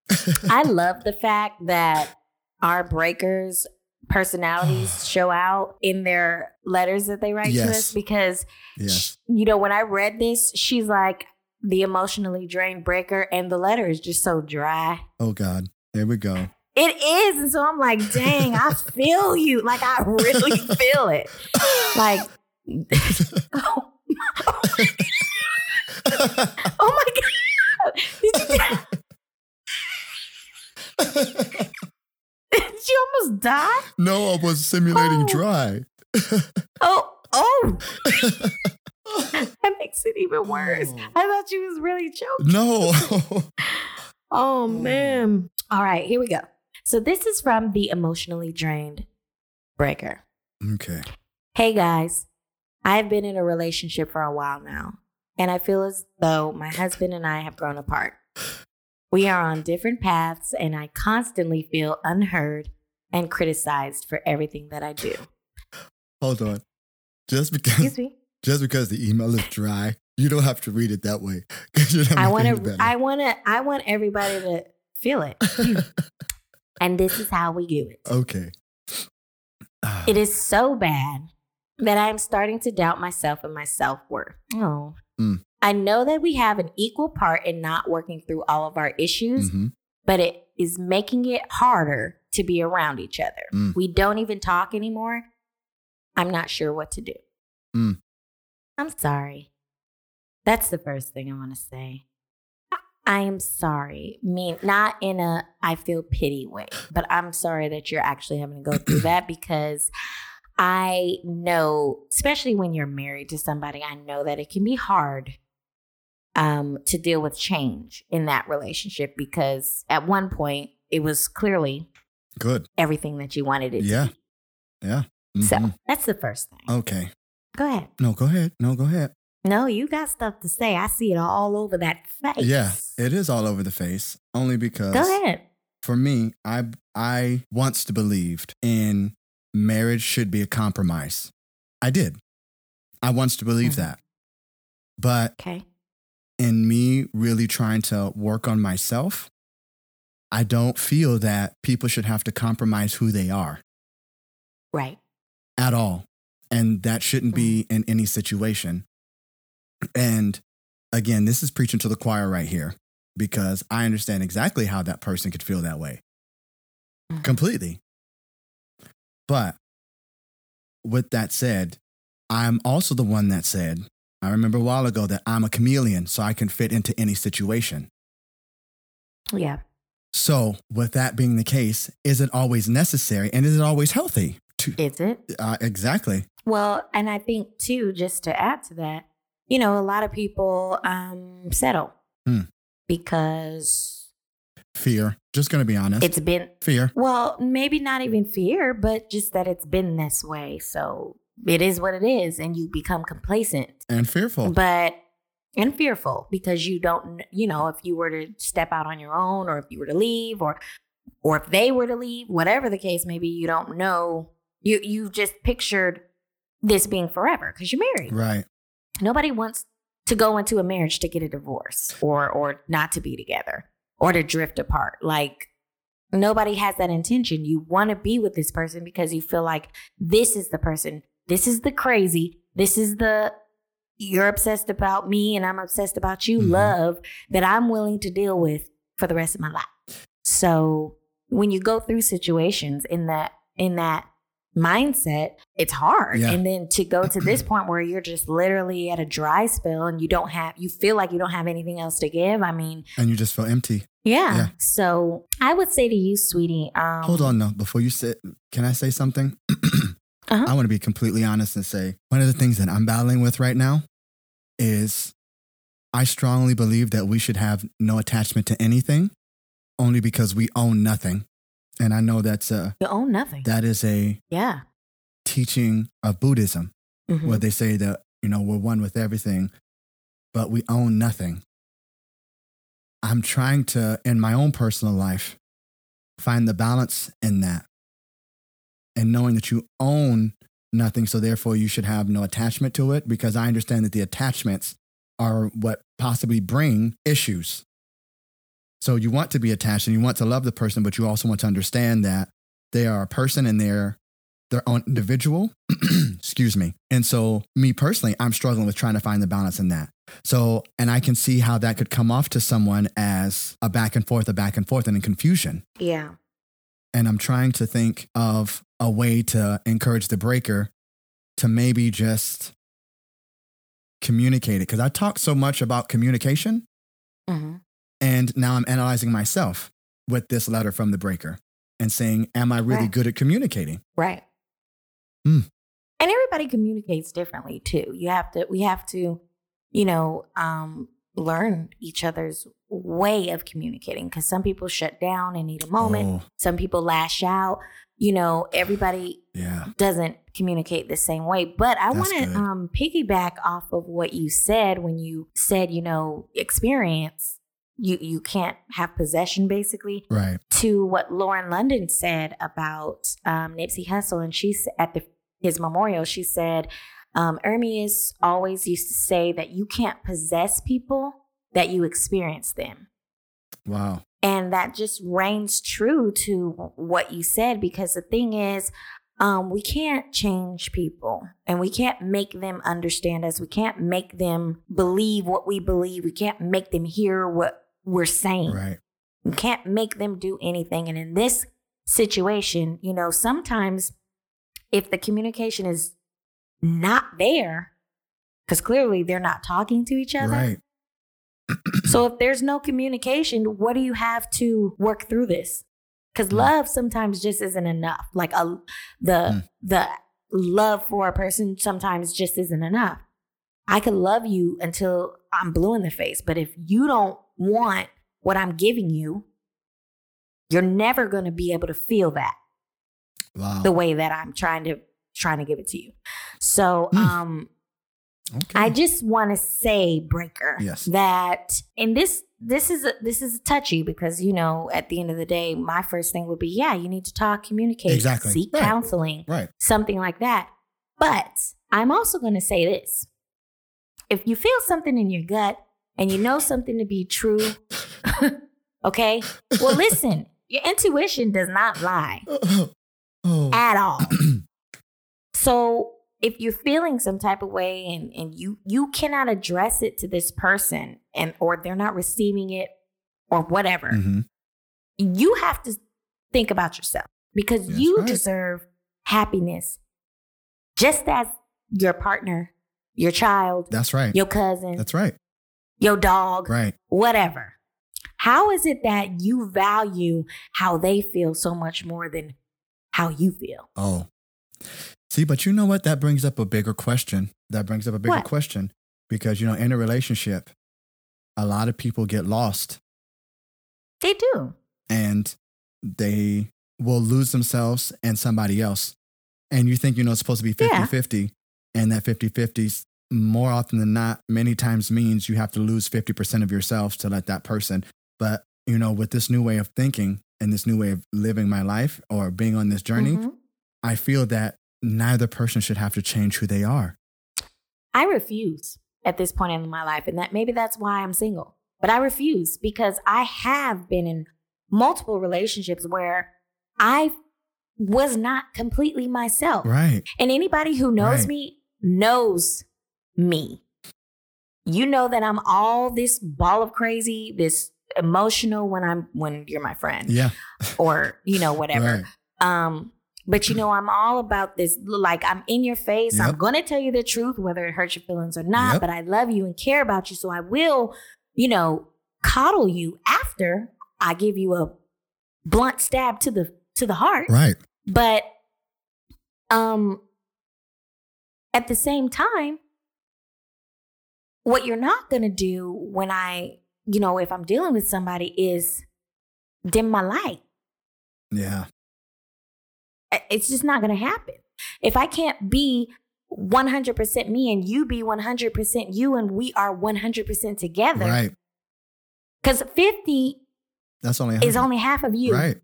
Speaker 1: I love the fact that our breakers personalities show out in their letters that they write to
Speaker 2: Oh. Yes.
Speaker 1: us because
Speaker 2: Yes.
Speaker 1: you know when I read this, she's like the emotionally drained breaker, and the letter is just so dry.
Speaker 2: Oh God. There we go.
Speaker 1: It is, and so I'm like, dang, I feel you. Like I really feel it. Like, oh, oh my god, did you? Did you almost die?
Speaker 2: no, I was simulating
Speaker 1: Oh.
Speaker 2: dry.
Speaker 1: Oh, oh, that makes it even worse.
Speaker 2: Oh.
Speaker 1: I thought you was really joking.
Speaker 2: no.
Speaker 1: Oh,
Speaker 2: man.
Speaker 1: All right, here we go. So this is from the emotionally drained breaker.
Speaker 2: okay.
Speaker 1: Hey guys, I've been in a relationship for a while now, and I feel as though my husband and I have grown apart. We are on different paths, and I constantly feel unheard and criticized for everything that I do.
Speaker 2: Hold on. Just because
Speaker 1: Excuse me.
Speaker 2: just because the email is dry, you don't have to read it that way. 'Cause you're not
Speaker 1: I want
Speaker 2: making
Speaker 1: to.
Speaker 2: it better.
Speaker 1: I want to. I want everybody to feel it. and this is how we do it.
Speaker 2: okay. Ah,
Speaker 1: It is so bad that I am starting to doubt myself and my self worth. Oh.
Speaker 2: Mm.
Speaker 1: I know that we have an equal part in not working through all of our issues,
Speaker 2: mhm.
Speaker 1: but it is making it harder to be around each other.
Speaker 2: Mm.
Speaker 1: We don't even talk anymore. I'm not sure what to do.
Speaker 2: Mm.
Speaker 1: I'm sorry. That's the first thing I want to say. I- I am sorry. Mean not in a I feel pity way, but I'm sorry that you're actually having to go through that because I know, especially when you're married to somebody, I know that it can be hard um, to deal with change in that relationship because at one point it was clearly
Speaker 2: Good.
Speaker 1: everything that you wanted it
Speaker 2: Yeah. Oh.
Speaker 1: to be.
Speaker 2: Mhm.
Speaker 1: So that's the first thing.
Speaker 2: Okay.
Speaker 1: Go ahead.
Speaker 2: No, go ahead. No, go ahead.
Speaker 1: No, you got stuff to say. I see it all over that face.
Speaker 2: Yeah, it is all over the face. Only because
Speaker 1: Go ahead.
Speaker 2: for me, I I once believed in marriage should be a compromise. I did. I once to believe
Speaker 1: Mhm.
Speaker 2: that. But
Speaker 1: Okay.
Speaker 2: in me really trying to work on myself, I don't feel that people should have to compromise who they are
Speaker 1: Right.
Speaker 2: at all. And that shouldn't be in any situation. And again, this is preaching to the choir right here because I understand exactly how that person could feel that way
Speaker 1: Mhm.
Speaker 2: completely. But with that said, I'm also the one that said, I remember a while ago that I'm a chameleon, so I can fit into any situation.
Speaker 1: Yeah.
Speaker 2: So, with that being the case, is it always necessary and is it always healthy? To,
Speaker 1: Is it?
Speaker 2: uh, exactly.
Speaker 1: Well, and I think too, just to add to that, you know, a lot of people um, settle
Speaker 2: Hmm.
Speaker 1: because
Speaker 2: Fear. Just going to be honest.
Speaker 1: it's been
Speaker 2: fear.
Speaker 1: Well, maybe not even fear, but just that it's been this way. So it is what it is, and you become complacent,
Speaker 2: and fearful.
Speaker 1: but and fearful because you don't, you know, if you were to step out on your own, or if you were to leave, or or if they were to leave, whatever the case may be, you don't know. You you've just pictured this being forever because you're married.
Speaker 2: right.
Speaker 1: Nobody wants to go into a marriage to get a divorce or or not to be together or to drift apart. Like nobody has that intention. You want to be with this person because you feel like this is the person. This is the crazy. This is the you're obsessed about me and I'm obsessed about you
Speaker 2: Mhm.
Speaker 1: love that I'm willing to deal with for the rest of my life. So when you go through situations in that in that mindset, it's hard.
Speaker 2: Yeah.
Speaker 1: And then to go to this point where you're just literally at a dry spell and you don't have you feel like you don't have anything else to give. I mean,
Speaker 2: And you just feel empty.
Speaker 1: yeah.
Speaker 2: Yeah.
Speaker 1: So I would say to you, sweetie, um
Speaker 2: Hold on, though. Before you say, can I say something?
Speaker 1: Uh-huh.
Speaker 2: I want to be completely honest and say one of the things that I'm battling with right now is I strongly believe that we should have no attachment to anything only because we own nothing. And I know that's a,
Speaker 1: You own nothing.
Speaker 2: that is a
Speaker 1: yeah.
Speaker 2: teaching of Buddhism.
Speaker 1: Mhm.
Speaker 2: where they say that you know we're one with everything but we own nothing i I'm trying to, in my own personal life, find the balance in that and knowing that you own nothing. So, therefore, you should have no attachment to it because I understand that the attachments are what possibly bring issues. So, you want to be attached and you want to love the person, but you also want to understand that they are a person and they're their own individual. Excuse me. And so, me personally, I'm struggling with trying to find the balance in that. So, and I can see how that could come off to someone as a back and forth, a back and forth, and in confusion.
Speaker 1: Yeah.
Speaker 2: And I'm trying to think of a way to encourage the breaker to maybe just communicate it. Cause I talked so much about communication,
Speaker 1: Mm-hmm.
Speaker 2: and now I'm analyzing myself with this letter from the breaker and saying, Am I really
Speaker 1: Right.
Speaker 2: good at communicating?
Speaker 1: Right.
Speaker 2: Hmm.
Speaker 1: And everybody communicates differently too. You have to we have to, you know, um learn each other's way of communicating cuz some people shut down and need a moment.
Speaker 2: Oh,
Speaker 1: Some people lash out. You know, everybody
Speaker 2: yeah.
Speaker 1: doesn't communicate the same way. But I
Speaker 2: That's
Speaker 1: want
Speaker 2: good.
Speaker 1: to um piggyback off of what you said when you said, you know, experience you you can't have possession basically
Speaker 2: Right.
Speaker 1: to what Lauren London said about um, Nipsey Hussle, and she's at the, his memorial. She said, um, "Ermias always used to say that you can't possess people; that you experience them."
Speaker 2: Wow.
Speaker 1: And that just reigns true to what you said because the thing is, um, we can't change people and we can't make them understand us. We can't make them believe what we believe. We can't make them hear what we're saying.
Speaker 2: Right.
Speaker 1: You can't make them do anything. And in this situation, you know, sometimes if the communication is not there, because clearly they're not talking to each other.
Speaker 2: Right.
Speaker 1: So if there's no communication, what do you have to work through this? Because
Speaker 2: Mm.
Speaker 1: love sometimes just isn't enough. Like a the
Speaker 2: Mm.
Speaker 1: the love for a person sometimes just isn't enough. I could love you until I'm blue in the face, but if you don't want what I'm giving you, you're never going to be able to feel that
Speaker 2: Wow.
Speaker 1: the way that I'm trying to trying to give it to you. So,
Speaker 2: Mm.
Speaker 1: um
Speaker 2: okay.
Speaker 1: I just want to say, Breaker,
Speaker 2: Yes.
Speaker 1: that and this this is a, this is touchy because you know at the end of the day, my first thing would be, yeah, you need to talk, communicate,
Speaker 2: Exactly.
Speaker 1: seek
Speaker 2: Right.
Speaker 1: counseling,
Speaker 2: right.
Speaker 1: something like that. But I'm also going to say this: if you feel something in your gut and you know something to be true, okay, well, listen, your intuition does not lie
Speaker 2: Oh. oh.
Speaker 1: at all. So if you're feeling some type of way and, and you you cannot address it to this person and or they're not receiving it or whatever,
Speaker 2: Mhm.
Speaker 1: you have to think about yourself because
Speaker 2: That's
Speaker 1: you
Speaker 2: right.
Speaker 1: deserve happiness just as your partner, your child,
Speaker 2: That's right.
Speaker 1: your cousin,
Speaker 2: That's right.
Speaker 1: your dog,
Speaker 2: Right.
Speaker 1: whatever. How is it that you value how they feel so much more than how you feel?
Speaker 2: Oh. See, but you know what? That brings up a bigger question. That brings up a bigger
Speaker 1: What?
Speaker 2: question because, you know, in a relationship, a lot of people get lost
Speaker 1: They do.
Speaker 2: and they will lose themselves and somebody else. And you think, you know, it's supposed to be 50
Speaker 1: Yeah.
Speaker 2: 50. And that 50 50 more often than not, many times means you have to lose 50% of yourself to let that person. But, you know, with this new way of thinking and this new way of living my life or being on this journey,
Speaker 1: Mhm.
Speaker 2: I feel that neither person should have to change who they are.
Speaker 1: I refuse at this point in my life, and that maybe that's why I'm single. But I refuse because I have been in multiple relationships where I was not completely myself.
Speaker 2: Right.
Speaker 1: And anybody who knows
Speaker 2: Right.
Speaker 1: me knows me. You know that I'm all this ball of crazy, this emotional when I'm when you're my friend
Speaker 2: Yeah.
Speaker 1: or you know whatever.
Speaker 2: Right.
Speaker 1: Um, but you know, I'm all about this. Like, I'm in your face. I'm
Speaker 2: Yep.
Speaker 1: going to tell you the truth, whether it hurts your feelings or not.
Speaker 2: Yep.
Speaker 1: But I love you and care about you. So I will, you know, coddle you after I give you a blunt stab to the to the heart.
Speaker 2: Right.
Speaker 1: But um at the same time, what you're not going to do when I, you know, if I'm dealing with somebody is dim my light.
Speaker 2: Yeah.
Speaker 1: I- it's just not going to happen. If I can't be 100% me and you be 100% you and we are 100% together,
Speaker 2: Right.
Speaker 1: Because 50
Speaker 2: That's only
Speaker 1: is
Speaker 2: 100.
Speaker 1: only half of you.
Speaker 2: right,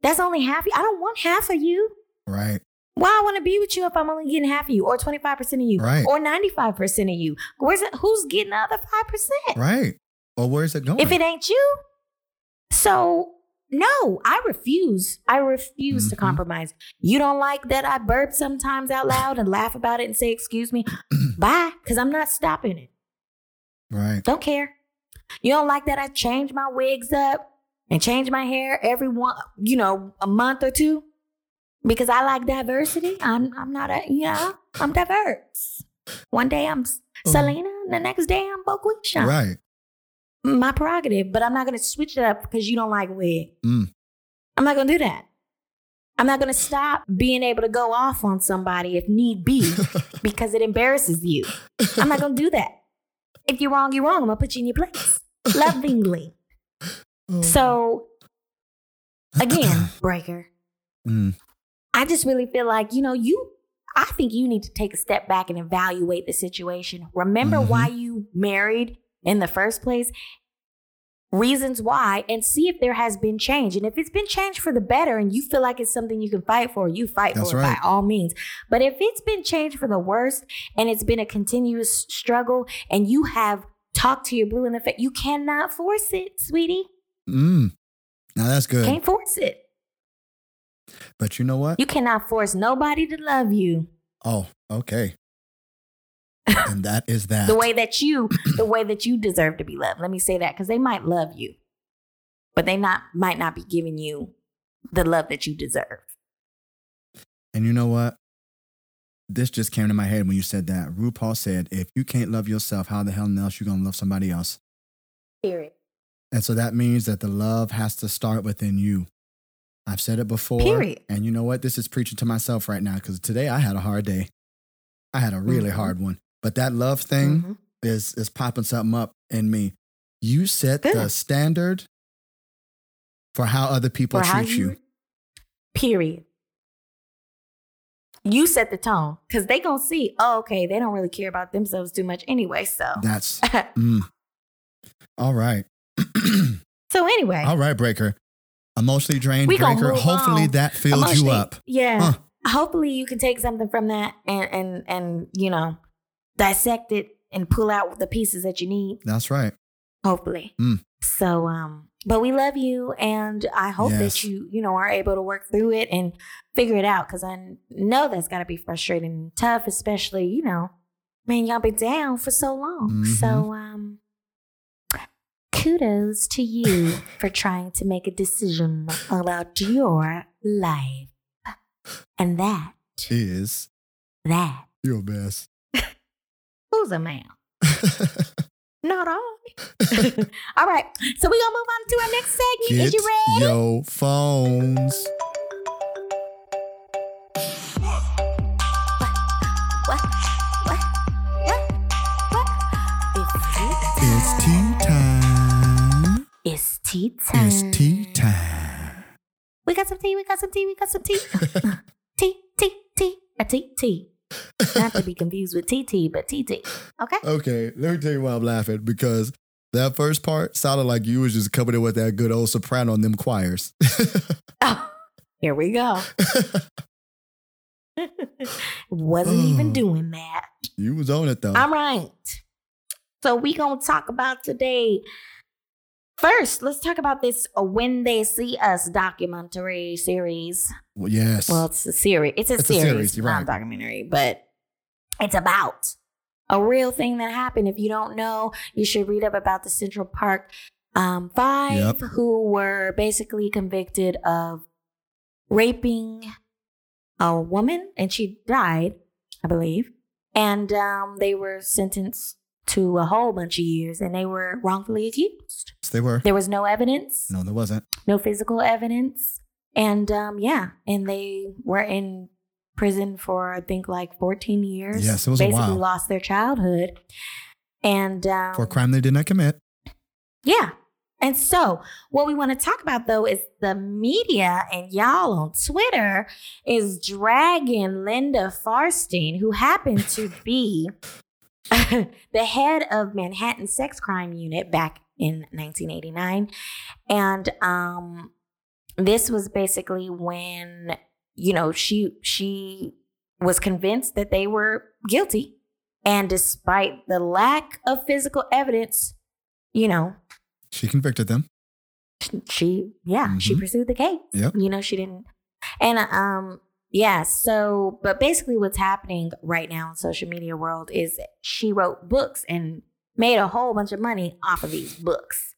Speaker 1: That's only half. I don't want half of you.
Speaker 2: right,
Speaker 1: Why I want to be with you if I'm only getting half of you, or 25% of you,
Speaker 2: Right.
Speaker 1: or 95% of you? Where's it, who's getting the other 5%?
Speaker 2: right. Well, where's it going?
Speaker 1: If it ain't you. So, no, I refuse. I refuse to
Speaker 2: Mhm.
Speaker 1: compromise. You don't like that I burp sometimes out loud and laugh about it and say, excuse me. Bye, because I'm not stopping it.
Speaker 2: right,
Speaker 1: Don't care. You don't like that I change my wigs up and change my hair every one, you know, a month or two because I like diversity. I'm I'm not a you know I'm diverse. One day I'm S-
Speaker 2: Oh.
Speaker 1: Selena, the next day I'm Boquisha.
Speaker 2: right.
Speaker 1: My prerogative, but I'm not gonna switch it up because you don't like wig.
Speaker 2: Mm.
Speaker 1: I'm not gonna do that. I'm not gonna stop being able to go off on somebody if need be because it embarrasses you. I'm not gonna do that. If you're wrong, you're wrong. I'm gonna put you in your place lovingly. So, again, breaker,
Speaker 2: Mm,
Speaker 1: I just really feel like, you know, you, I think you need to take a step back and evaluate the situation. Remember
Speaker 2: Mhm.
Speaker 1: why you married in the first place, reasons why, and see if there has been change. And if it's been changed for the better and you feel like it's something you can fight for, you fight
Speaker 2: That's
Speaker 1: for
Speaker 2: right.
Speaker 1: it by all means. But if it's been changed for the worst and it's been a continuous struggle and you have talked to your blue in the face, you cannot force it, sweetie.
Speaker 2: mm. Now that's good.
Speaker 1: Can't force it.
Speaker 2: But you know what?
Speaker 1: You cannot force nobody to love you
Speaker 2: Oh, okay. and that is that.
Speaker 1: the way that you the way that you deserve to be loved. Let me say that cuz they might love you. But they not might not be giving you the love that you deserve.
Speaker 2: And you know what? This just came to my head when you said that. RuPaul said, if you can't love yourself, how the hell else you gonna love somebody else?
Speaker 1: Period.
Speaker 2: And so that means that the love has to start within you. I've said it before.
Speaker 1: Period.
Speaker 2: And you know what? This is preaching to myself right now because today I had a hard day. I had a really
Speaker 1: Mhm.
Speaker 2: hard one. But that love thing
Speaker 1: Mhm.
Speaker 2: is is popping something up in me. You set the
Speaker 1: Good.
Speaker 2: standard for how other people
Speaker 1: For how
Speaker 2: treat you.
Speaker 1: Period. You set the tone cuz they going to see, oh okay, they don't really care about themselves too much anyway, so.
Speaker 2: That's mm. all right.
Speaker 1: so anyway,
Speaker 2: All right, Breaker. Emotionally drained
Speaker 1: We gonna
Speaker 2: Breaker.
Speaker 1: move
Speaker 2: Hopefully
Speaker 1: on.
Speaker 2: that fills you
Speaker 1: Emotionally-
Speaker 2: up.
Speaker 1: Yeah.
Speaker 2: Huh.
Speaker 1: Hopefully you can take something from that and and and you know dissect it and pull out the pieces that you need.
Speaker 2: That's right.
Speaker 1: Hopefully.
Speaker 2: Mm.
Speaker 1: So um but we love you and I hope
Speaker 2: Yes.
Speaker 1: that you, you know, are able to work through it and figure it out cuz I know that's got to be frustrating and tough especially, you know, man, y'all been down for so long.
Speaker 2: Mm-hmm.
Speaker 1: So um kudos to you for trying to make a decision about your life. And that
Speaker 2: Is
Speaker 1: that
Speaker 2: your best.
Speaker 1: who's a man? Not I. All right. So we're gonna move on to our next segment.
Speaker 2: Get
Speaker 1: Is you ready?
Speaker 2: your phones.
Speaker 1: What? What? What? What?
Speaker 2: It's tea time.
Speaker 1: It's tea time.
Speaker 2: It's tea time.
Speaker 1: We got some tea, we got some tea, we got some tea. tea, tea, tea, a tea, tea. Not to be confused with TT, but TT. Okay?
Speaker 2: Okay, let me tell you why I'm laughing because that first part sounded like you was just coming in with that good old soprano in them choirs.
Speaker 1: Oh, here we go. Wasn't
Speaker 2: Oh.
Speaker 1: even doing that.
Speaker 2: you was on it though.
Speaker 1: All right. So we gonna talk about today. First, let's talk about this uh, "When They See Us" documentary series.
Speaker 2: Well, yes.
Speaker 1: Well, it's a series. It's a
Speaker 2: It's a
Speaker 1: series,
Speaker 2: series, you're
Speaker 1: not
Speaker 2: right.
Speaker 1: a documentary, but it's about a real thing that happened. If you don't know, you should read up about the Central Park um, Five,
Speaker 2: Yep.
Speaker 1: who were basically convicted of raping a woman, and she died, I believe. And um, they were sentenced to a whole bunch of years, and they were wrongfully accused.
Speaker 2: they were.
Speaker 1: There was no evidence
Speaker 2: no, there wasn't.
Speaker 1: no physical evidence. And um, yeah, and they were in prison for I think like 14 years.
Speaker 2: Yes, it was a
Speaker 1: basically
Speaker 2: while.
Speaker 1: lost their childhood. And um,
Speaker 2: For a crime they did not commit.
Speaker 1: yeah. And so, what we want to talk about though is the media and y'all on Twitter is dragging Linda Farstein, who happened to be the head of Manhattan Sex Crime Unit back in 1989. And um, this was basically when, you know, she she was convinced that they were guilty. And despite the lack of physical evidence, you know,
Speaker 2: She convicted them.
Speaker 1: she yeah she
Speaker 2: Mhm.
Speaker 1: pursued the case
Speaker 2: Yep.
Speaker 1: you know she didn't and um yeah so but basically what's happening right now in social media world is she wrote books and made a whole bunch of money off of these books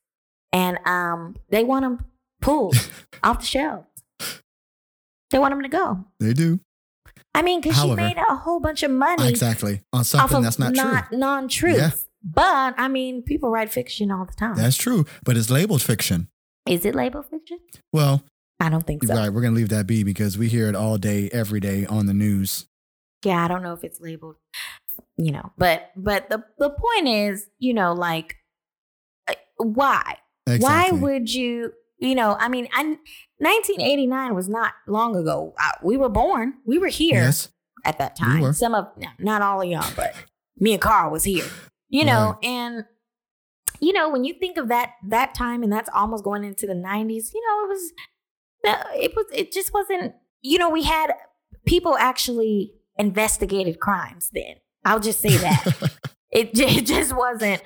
Speaker 1: and um they want them pulled off the shelves they want them to go
Speaker 2: They do.
Speaker 1: i mean because she
Speaker 2: However-
Speaker 1: made a whole bunch of money
Speaker 2: Exactly. On
Speaker 1: off
Speaker 2: something
Speaker 1: of
Speaker 2: that's not, true.
Speaker 1: non-truth
Speaker 2: Yeah.
Speaker 1: but i mean people write fiction all the time
Speaker 2: That's true. But it's labeled fiction.
Speaker 1: is it labeled fiction
Speaker 2: Well,
Speaker 1: i don't think so
Speaker 2: right. We're going to leave that be because we hear it all day, every day on the news.
Speaker 1: yeah i don't know if it's labeled you know but but the the point is you know like uh, why
Speaker 2: Exactly.
Speaker 1: why would you you know i mean I, 1989 was not long ago uh, we were born we were here
Speaker 2: Yes.
Speaker 1: at that
Speaker 2: We
Speaker 1: time
Speaker 2: were.
Speaker 1: some of no, not all of y'all but me and carl was here you know and you know when you think of that that time and that's almost going into the 90s you know it was no it was it just wasn't you know we had people actually investigated crimes then i'll just say that it, ju- it just wasn't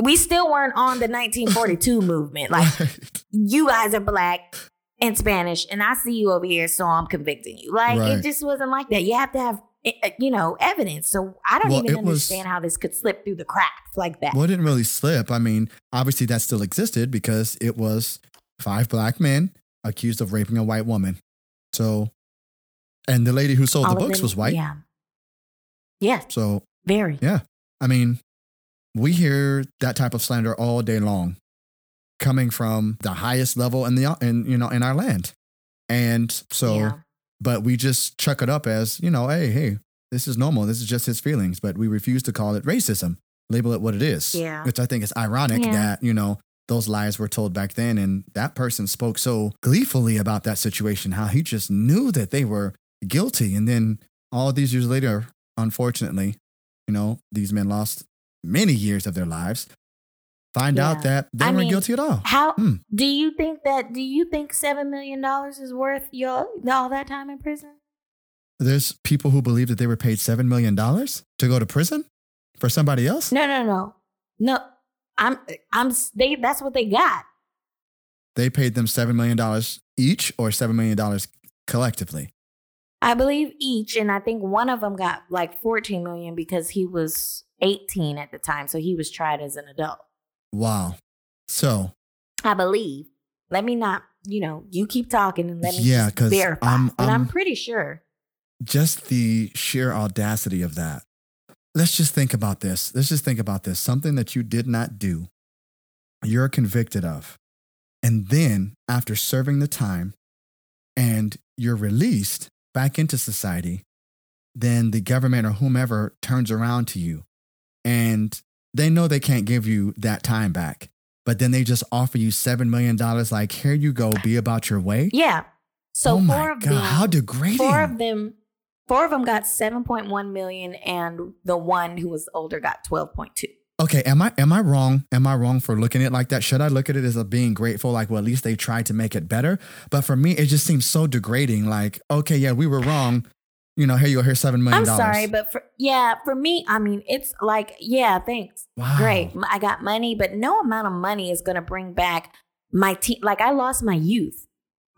Speaker 1: we still weren't on the 1942 movement like
Speaker 2: Right.
Speaker 1: you guys are black and Spanish, and I see you over here, so I'm convicting you. Like
Speaker 2: Right.
Speaker 1: it just wasn't like that. You have to have, eh, eh, you know, evidence. So I don't
Speaker 2: Well,
Speaker 1: even
Speaker 2: it was-
Speaker 1: understand how this could slip through the cracks like that.
Speaker 2: Well, it didn't really slip. I mean, obviously that still existed because it was five black men accused of raping a white woman. So, and the lady who sold
Speaker 1: All
Speaker 2: the
Speaker 1: of
Speaker 2: books
Speaker 1: them-
Speaker 2: was white.
Speaker 1: Yeah. Yeah,
Speaker 2: So,
Speaker 1: very.
Speaker 2: I mean, we hear that type of slander all day long coming from the highest level in the in you know in our land. And so
Speaker 1: yeah.
Speaker 2: but we just chuck it up as, you know, hey, hey, this is normal. This is just his feelings, but we refuse to call it racism. Label it what it is.
Speaker 1: Yeah.
Speaker 2: Which I think is ironic
Speaker 1: Yeah.
Speaker 2: that, you know, those lies were told back then and that person spoke so gleefully about that situation, how he just knew that they were guilty. And then all these years later, unfortunately, you know, these men lost many years of their lives. Find
Speaker 1: Yeah.
Speaker 2: out that they
Speaker 1: I
Speaker 2: weren't
Speaker 1: mean,
Speaker 2: guilty at all.
Speaker 1: How
Speaker 2: Hmm.
Speaker 1: do you think that? Do you think seven million dollars is worth your all that time in prison?
Speaker 2: There's people who believe that they were paid $7 million to go to prison for somebody else.
Speaker 1: No, no, no, no. I'm, I'm. They. That's what they got.
Speaker 2: They paid them $7 million each or $7 million collectively.
Speaker 1: I believe each, and I think one of them got like 14 million because he was 18 at the time, so he was tried as an adult.
Speaker 2: Wow. So,
Speaker 1: I believe. Let me not, you know, you keep talking and let me
Speaker 2: Yeah,
Speaker 1: just
Speaker 2: 'cause
Speaker 1: verify.
Speaker 2: I'm-
Speaker 1: but I'm
Speaker 2: I'm-
Speaker 1: pretty sure.
Speaker 2: just the sheer audacity of that. Let's just think about this. Let's just think about this. Something that you did not do, you're convicted of. And then, after serving the time and you're released back into society, then the government or whomever turns around to you and they know they can't give you that time back. But then they just offer you $7 million, like, here you go, be about your way.
Speaker 1: Yeah. So
Speaker 2: oh
Speaker 1: four
Speaker 2: my
Speaker 1: of
Speaker 2: God,
Speaker 1: them
Speaker 2: how degrading.
Speaker 1: four of them four of them got 7.1 million and the one who was older got 12.2.
Speaker 2: Okay, am I am I wrong? Am I wrong for looking at it like that? Should I look at it as a being grateful? Like, well, at least they tried to make it better. But for me, it just seems so degrading. Like, okay, yeah, we were wrong. You know, here you go, here's seven million
Speaker 1: I'm
Speaker 2: dollars.
Speaker 1: sorry, but for yeah, for me, I mean, it's like, yeah, thanks.
Speaker 2: wow.
Speaker 1: great m- i got money but no amount of money is going to bring back my teen like i lost my youth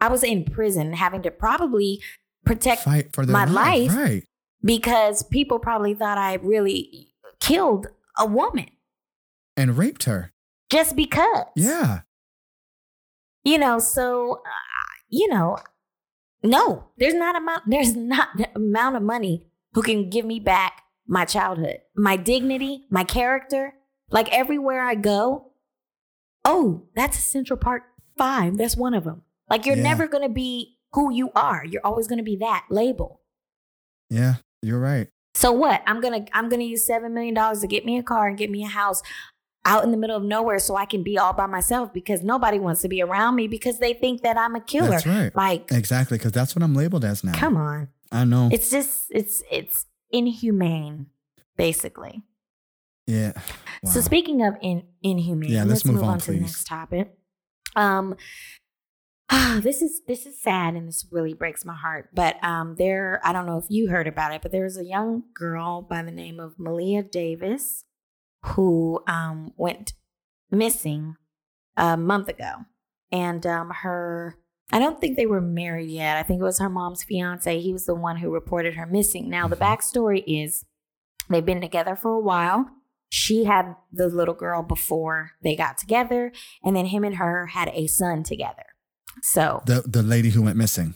Speaker 1: i was in prison having to probably protect
Speaker 2: Fight for their
Speaker 1: my
Speaker 2: life.
Speaker 1: life.
Speaker 2: right?
Speaker 1: because people probably thought i really killed a woman
Speaker 2: And raped her.
Speaker 1: just because
Speaker 2: Yeah,
Speaker 1: you know so uh, you know no there's not amount there's not the amount of money who can give me back my childhood my dignity my character like everywhere i go oh that's a central park five that's one of them like you're
Speaker 2: Yeah.
Speaker 1: never going to be who you are you're always going to be that label
Speaker 2: yeah, you're right.
Speaker 1: so what i'm going to i'm going to use seven million dollars to get me a car and get me a house out in the middle of nowhere so i can be all by myself because nobody wants to be around me because they think that i'm a killer
Speaker 2: That's right.
Speaker 1: like,
Speaker 2: Exactly, because that's what I'm labeled as now.
Speaker 1: come on.
Speaker 2: I know.
Speaker 1: It's just it's it's inhumane, basically.
Speaker 2: Yeah.
Speaker 1: So
Speaker 2: Wow.
Speaker 1: speaking of in inhumane,
Speaker 2: Yeah, let's move on,
Speaker 1: to the
Speaker 2: please.
Speaker 1: next topic. Um this is this is sad and this really breaks my heart. But um there I don't know if you heard about it, but there was a young girl by the name of Malia Davis who um went missing a month ago. And um her I don't think they were married yet. I think it was her mom's fiance. He was the one who reported her missing. Now the
Speaker 2: Mhm.
Speaker 1: backstory is they've been together for a while she had the little girl before they got together, and then him and her had a son together. So
Speaker 2: the the lady who went missing.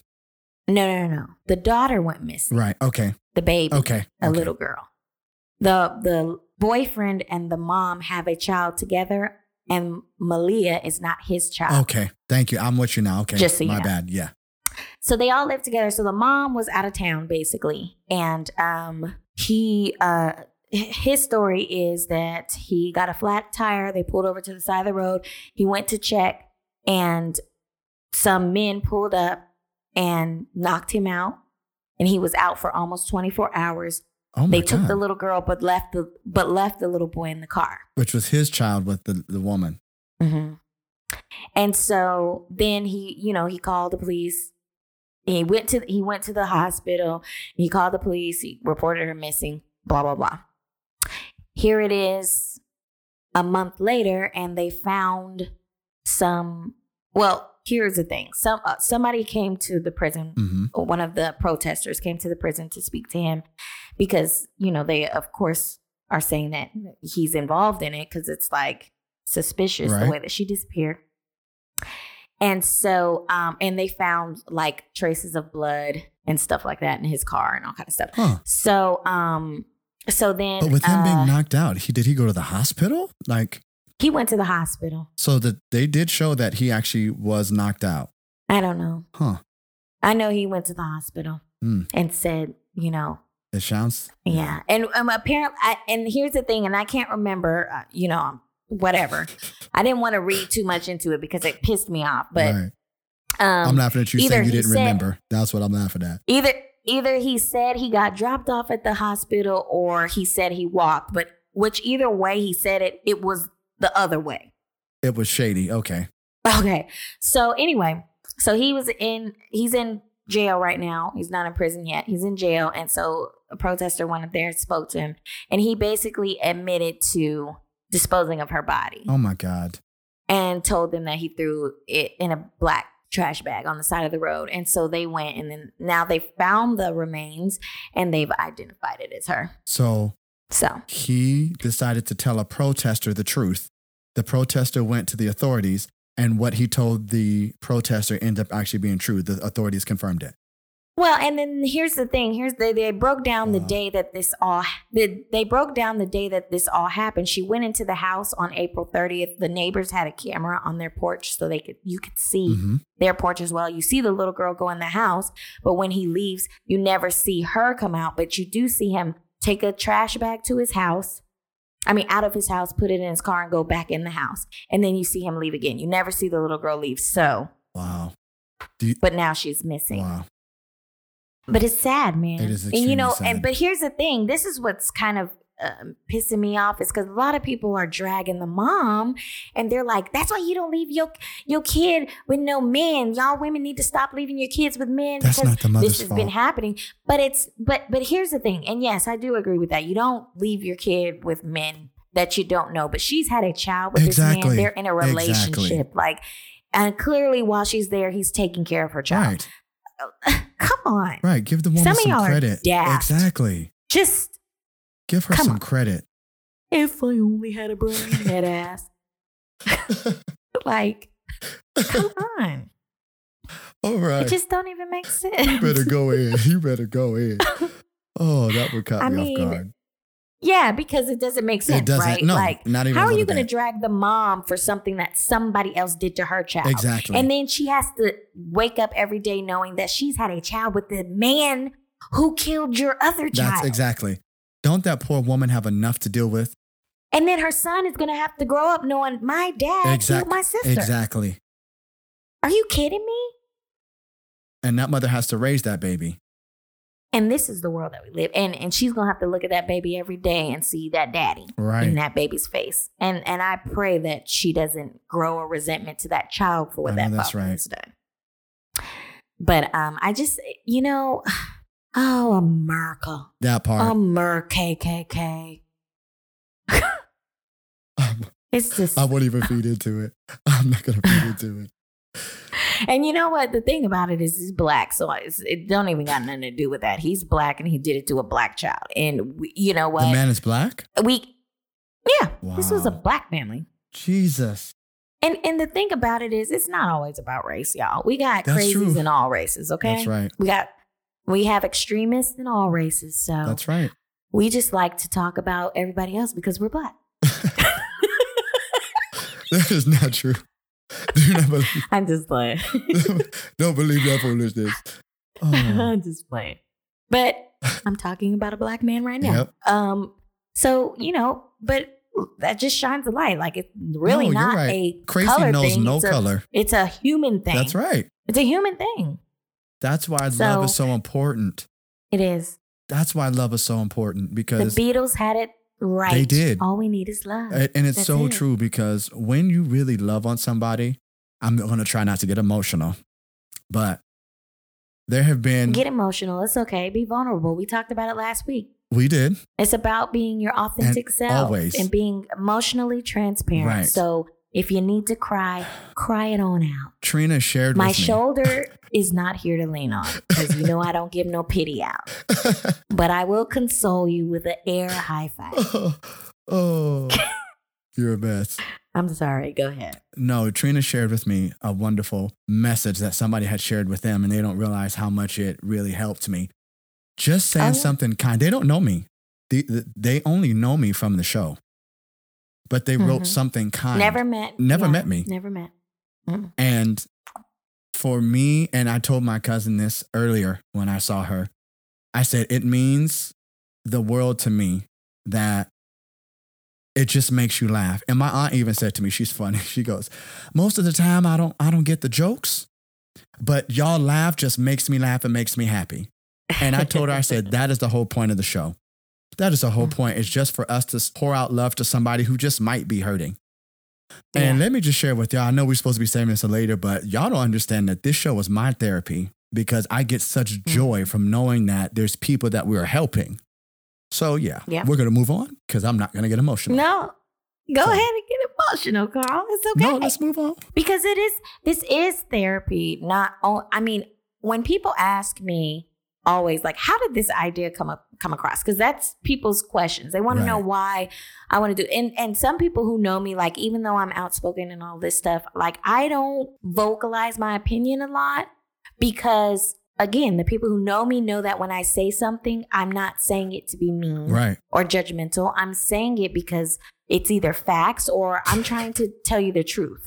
Speaker 1: no, no, no, no. The daughter went missing.
Speaker 2: Right. Okay.
Speaker 1: The baby,
Speaker 2: Okay.
Speaker 1: a
Speaker 2: okay.
Speaker 1: little girl. The the boyfriend and the mom have a child together, and Malia is not his child.
Speaker 2: Okay. Thank you. I'm with you now. Okay.
Speaker 1: Just so you
Speaker 2: My
Speaker 1: know.
Speaker 2: bad. Yeah.
Speaker 1: So they all lived together. So the mom was out of town basically, and um, he uh, h- his story is that he got a flat tire. They pulled over to the side of the road. He went to check, and some men pulled up and knocked him out, and he was out for almost twenty four hours.
Speaker 2: Oh my
Speaker 1: they took
Speaker 2: god.
Speaker 1: the little girl, but left the but left the little boy in the car.
Speaker 2: Which was his child with the, the woman.
Speaker 1: hmm And so then he, you know, he called the police. He went to he went to the hospital. He called the police. He reported her missing. Blah blah blah. Here it is, a month later, and they found some. Well, here's the thing. Some uh, somebody came to the prison
Speaker 2: Mm-hmm.
Speaker 1: one of the protesters came to the prison to speak to him because you know they of course are saying that he's involved in it because it's like suspicious
Speaker 2: Right.
Speaker 1: the way that she disappeared and so um and they found like traces of blood and stuff like that in his car and all kind of stuff
Speaker 2: Huh.
Speaker 1: so um so then
Speaker 2: But with him
Speaker 1: uh,
Speaker 2: being knocked out, he did he go to the hospital? Like
Speaker 1: he went to the hospital
Speaker 2: so that they did show that he actually was knocked out.
Speaker 1: i don't know
Speaker 2: Huh.
Speaker 1: i know he went to the hospital
Speaker 2: Hmm.
Speaker 1: and said you know
Speaker 2: It sounds
Speaker 1: Yeah, and um, apparently, I, and here's the thing, and I can't remember, uh, you know, um, whatever. I didn't want to read too much into it because it pissed me off. But
Speaker 2: right. I'm
Speaker 1: um,
Speaker 2: laughing at you
Speaker 1: either
Speaker 2: saying you
Speaker 1: he
Speaker 2: didn't
Speaker 1: said-
Speaker 2: remember. That's what I'm laughing at.
Speaker 1: either either he said he got dropped off at the hospital, or he said he walked. But which either way he said it, it was the other way.
Speaker 2: It was shady. Okay.
Speaker 1: Okay. So anyway, so he was in he's in jail right now. He's not in prison yet. He's in jail. And so a protester went up there and spoke to him. And he basically admitted to disposing of her body
Speaker 2: Oh my God.
Speaker 1: and told them that he threw it in a black trash bag on the side of the road. And so they went and then now they found the remains and they've identified it as her.
Speaker 2: So
Speaker 1: So
Speaker 2: he decided to tell a protester the truth. The protester went to the authorities, and what he told the protester ended up actually being true. The authorities confirmed it.
Speaker 1: Well, and then here's the thing. Here's they they broke down the
Speaker 2: Wow.
Speaker 1: day that this all they, they broke down the day that this all happened. She went into the house on April 30th. The neighbors had a camera on their porch so they could you could see
Speaker 2: Mhm.
Speaker 1: their porch as well. You see the little girl go in the house, but when he leaves, you never see her come out, but you do see him take a trash bag to his house. I mean, out of his house, put it in his car and go back in the house. And then you see him leave again. You never see the little girl leave. So,
Speaker 2: Wow.
Speaker 1: but now she's missing.
Speaker 2: Wow.
Speaker 1: But it's sad, man.
Speaker 2: It is
Speaker 1: and you know,
Speaker 2: extremely sad.
Speaker 1: and but here's the thing: this is what's kind of um, pissing me off is because a lot of people are dragging the mom, and they're like, "That's why you don't leave your your kid with no men. Y'all women need to stop leaving your kids with men
Speaker 2: That's
Speaker 1: because
Speaker 2: not the
Speaker 1: this
Speaker 2: mother's
Speaker 1: has
Speaker 2: fault.
Speaker 1: been happening." But it's but but here's the thing, and yes, I do agree with that. You don't leave your kid with men that you don't know. But she's had a child with this
Speaker 2: Exactly.
Speaker 1: man. They're in a
Speaker 2: Exactly.
Speaker 1: relationship, like, and clearly while she's there, he's taking care of her child.
Speaker 2: right.
Speaker 1: Come on
Speaker 2: Right. Give the woman some,
Speaker 1: of y'all are
Speaker 2: credit.
Speaker 1: daft.
Speaker 2: Exactly.
Speaker 1: just
Speaker 2: Give her
Speaker 1: Come
Speaker 2: some
Speaker 1: on.
Speaker 2: credit.
Speaker 1: if I only had a brain, that ass. Like, come on,
Speaker 2: All right.
Speaker 1: it just don't even make sense.
Speaker 2: you better go in. You better go in. Oh, that would caught
Speaker 1: I
Speaker 2: me
Speaker 1: mean,
Speaker 2: off guard.
Speaker 1: yeah, because it doesn't make sense,
Speaker 2: It doesn't.
Speaker 1: right?
Speaker 2: No,
Speaker 1: like,
Speaker 2: not even. a
Speaker 1: how are
Speaker 2: little
Speaker 1: you going to
Speaker 2: bit.
Speaker 1: drag the mom for something that somebody else did to her child?
Speaker 2: Exactly.
Speaker 1: And then she has to wake up every day knowing that she's had a child with the man who killed your other child.
Speaker 2: That's exactly. Don't that poor woman have enough to deal with?
Speaker 1: And then her son is going to have to grow up knowing my dad
Speaker 2: Exact-
Speaker 1: killed my sister.
Speaker 2: Exactly.
Speaker 1: Are you kidding me?
Speaker 2: And that mother has to raise that baby.
Speaker 1: And this is the world that we live in. And she's gonna have to look at that baby every day and see that daddy in
Speaker 2: Right.
Speaker 1: that baby's face. And and I pray that she doesn't grow a resentment to that child for what
Speaker 2: I know
Speaker 1: that
Speaker 2: that's
Speaker 1: father
Speaker 2: right.
Speaker 1: has done. But um, I just you know, oh America,
Speaker 2: That
Speaker 1: Um,
Speaker 2: part.
Speaker 1: America, KKK. It's just
Speaker 2: I won't even feed into it. I'm not gonna feed into it.
Speaker 1: And you know what? The thing about it is he's black, so it's, it don't even got nothing to do with that. He's black, and he did it to a black child. And we, you know
Speaker 2: The
Speaker 1: what?
Speaker 2: man is black.
Speaker 1: we, yeah, this was a
Speaker 2: Wow.
Speaker 1: black family.
Speaker 2: Jesus.
Speaker 1: And and the thing about it is, it's not always about race, y'all. We got
Speaker 2: That's
Speaker 1: crazies
Speaker 2: true.
Speaker 1: in all races. Okay,
Speaker 2: That's right.
Speaker 1: we got we have extremists in all races. So
Speaker 2: That's right.
Speaker 1: we just like to talk about everybody else because we're black.
Speaker 2: That is not true. Do not believe.
Speaker 1: I'm just playing.
Speaker 2: don't believe that foolishness. Oh,
Speaker 1: I'm just playing. But I'm talking about a black man right now.
Speaker 2: Yep.
Speaker 1: Um, so you know, but that just shines a light. Like it's really
Speaker 2: No, you're
Speaker 1: not
Speaker 2: right.
Speaker 1: a
Speaker 2: crazy
Speaker 1: color
Speaker 2: knows
Speaker 1: thing.
Speaker 2: no
Speaker 1: it's A,
Speaker 2: color.
Speaker 1: it's a human thing.
Speaker 2: That's right.
Speaker 1: It's a human thing.
Speaker 2: That's why love is
Speaker 1: So-
Speaker 2: so important.
Speaker 1: It is.
Speaker 2: That's why love is so important
Speaker 1: The
Speaker 2: because,
Speaker 1: Beatles had it right.
Speaker 2: They did.
Speaker 1: All we need is love.
Speaker 2: and and it's
Speaker 1: That's
Speaker 2: so
Speaker 1: it.
Speaker 2: true because when you really love on somebody, I'm going to try not to get emotional, but there have been,
Speaker 1: Get emotional. It's okay. Be vulnerable. We talked about it last week.
Speaker 2: we did,
Speaker 1: It's about being your authentic self
Speaker 2: always.
Speaker 1: and being emotionally transparent.
Speaker 2: Right.
Speaker 1: So if you need to cry, cry it on out.
Speaker 2: Trina shared
Speaker 1: My
Speaker 2: with me.
Speaker 1: shoulder is not here to lean on because you know I don't give no pity out. But I will console you with an air high five.
Speaker 2: oh, oh, you're a mess.
Speaker 1: I'm sorry. Go ahead.
Speaker 2: No, Trina shared with me a wonderful message that somebody had shared with them, and they don't realize how much it really helped me. Just saying
Speaker 1: Oh.
Speaker 2: something kind. They don't know me. They, they only know me from the show, but they wrote
Speaker 1: Mhm.
Speaker 2: something kind.
Speaker 1: Never met.
Speaker 2: Never met me.
Speaker 1: Never met.
Speaker 2: And for me, and I told my cousin this earlier when I saw her, I said, it means the world to me that it just makes you laugh. And my aunt even said to me, she's funny. She goes, most of the time I don't I don't get the jokes, but y'all laugh just makes me laugh and makes me happy. And I told her, I said, that is the whole point of the show. That is the
Speaker 1: Mm.
Speaker 2: whole point. It's just for us to pour out love to somebody who just might be hurting. And let me just share with y'all. I know we're supposed to be saving this for later, but y'all don't understand that this show was my therapy because I get such
Speaker 1: Mm.
Speaker 2: joy from knowing that there's people that we're helping. So yeah,
Speaker 1: Yeah.
Speaker 2: we're gonna move on because I'm not gonna get emotional.
Speaker 1: No. Go
Speaker 2: So-
Speaker 1: ahead and get emotional, Carl. It's okay.
Speaker 2: no, let's move on.
Speaker 1: because it is this is therapy not on i mean when people ask me always like how did this idea come up come across because that's people's questions they want to know
Speaker 2: Right.
Speaker 1: why i want to do and and some people who know me like even though i'm outspoken and all this stuff like i don't vocalize my opinion a lot because again the people who know me know that when i say something i'm not saying it to be mean
Speaker 2: Right.
Speaker 1: or judgmental. I'm saying it because it's either facts or I'm trying to tell you the truth.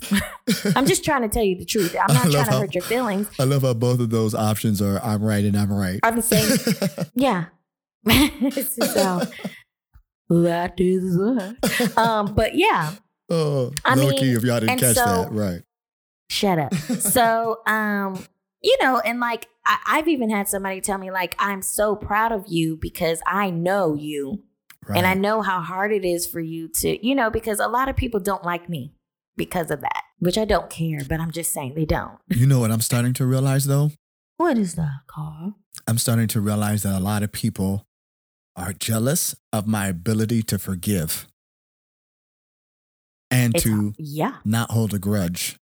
Speaker 1: I'm just trying to tell you the truth. I'm
Speaker 2: I
Speaker 1: not
Speaker 2: love
Speaker 1: trying to
Speaker 2: how-
Speaker 1: hurt your feelings.
Speaker 2: I love how both of those options are I'm right and I'm right.
Speaker 1: I'm saying, yeah. so that is that. Um, but yeah,
Speaker 2: oh,
Speaker 1: I
Speaker 2: low
Speaker 1: mean,
Speaker 2: key if y'all didn't
Speaker 1: and
Speaker 2: catch
Speaker 1: so-
Speaker 2: that. Right.
Speaker 1: shut up. So, um, you know, and like I, I've even had somebody tell me, like, I'm so proud of you because I know you.
Speaker 2: right.
Speaker 1: And I know how hard it is for you to, you know, because a lot of people don't like me because of that, which I don't care, but I'm just saying they don't.
Speaker 2: you know what I'm starting to realize though?
Speaker 1: What is that, Carl?
Speaker 2: I'm starting to realize that a lot of people are jealous of my ability to forgive and
Speaker 1: It's-
Speaker 2: to
Speaker 1: Yeah.
Speaker 2: not hold a grudge.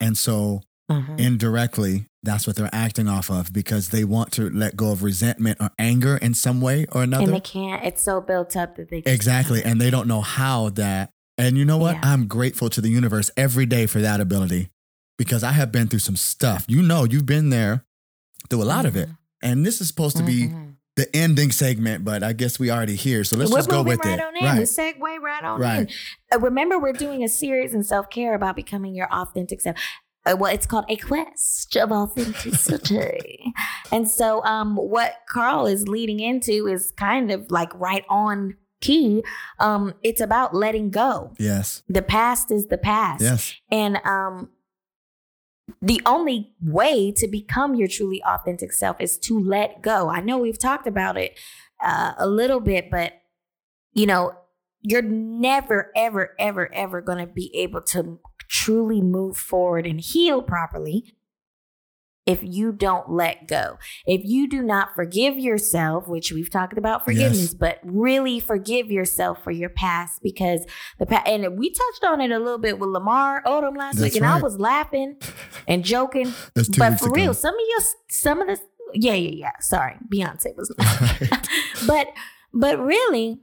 Speaker 2: And so
Speaker 1: Mhm.
Speaker 2: indirectly, that's what they're acting off of because they want to let go of resentment or anger in some way or
Speaker 1: And
Speaker 2: another.
Speaker 1: they can't, it's so built up that they just
Speaker 2: exactly.
Speaker 1: can't.
Speaker 2: And they don't know how that. And you know what?
Speaker 1: Yeah.
Speaker 2: I'm grateful to the universe every day for that ability because I have been through some stuff. You know, you've been there through a lot of it.
Speaker 1: Mhm.
Speaker 2: And this is supposed to be
Speaker 1: Mhm.
Speaker 2: the ending segment, but I guess we already here. So let's
Speaker 1: we're
Speaker 2: just go
Speaker 1: moving
Speaker 2: with
Speaker 1: right
Speaker 2: it.
Speaker 1: on in. We segue right on
Speaker 2: Right.
Speaker 1: in. Uh, remember, we're doing a series in self care about becoming your authentic self. Uh, well, it's called a quest of authenticity, and so um, what Carl is leading into is kind of like right on key. Um, it's about letting go.
Speaker 2: Yes.
Speaker 1: The past is the past,
Speaker 2: Yes.
Speaker 1: and um, the only way to become your truly authentic self is to let go. I know we've talked about it uh, a little bit, but you know, you're never, ever, ever, ever going to be able to truly move forward and heal properly if you don't let go. If you do not forgive yourself, which we've talked about forgiveness,
Speaker 2: Yes.
Speaker 1: but really forgive yourself for your past because the past, and we touched on it a little bit with Lamar Odom last
Speaker 2: That's
Speaker 1: week, and I
Speaker 2: right.
Speaker 1: was laughing and joking,
Speaker 2: That's two
Speaker 1: but
Speaker 2: weeks
Speaker 1: for
Speaker 2: ago.
Speaker 1: real, some of your, some of this, yeah, yeah, yeah. Sorry, Beyonce was
Speaker 2: Right.
Speaker 1: but but really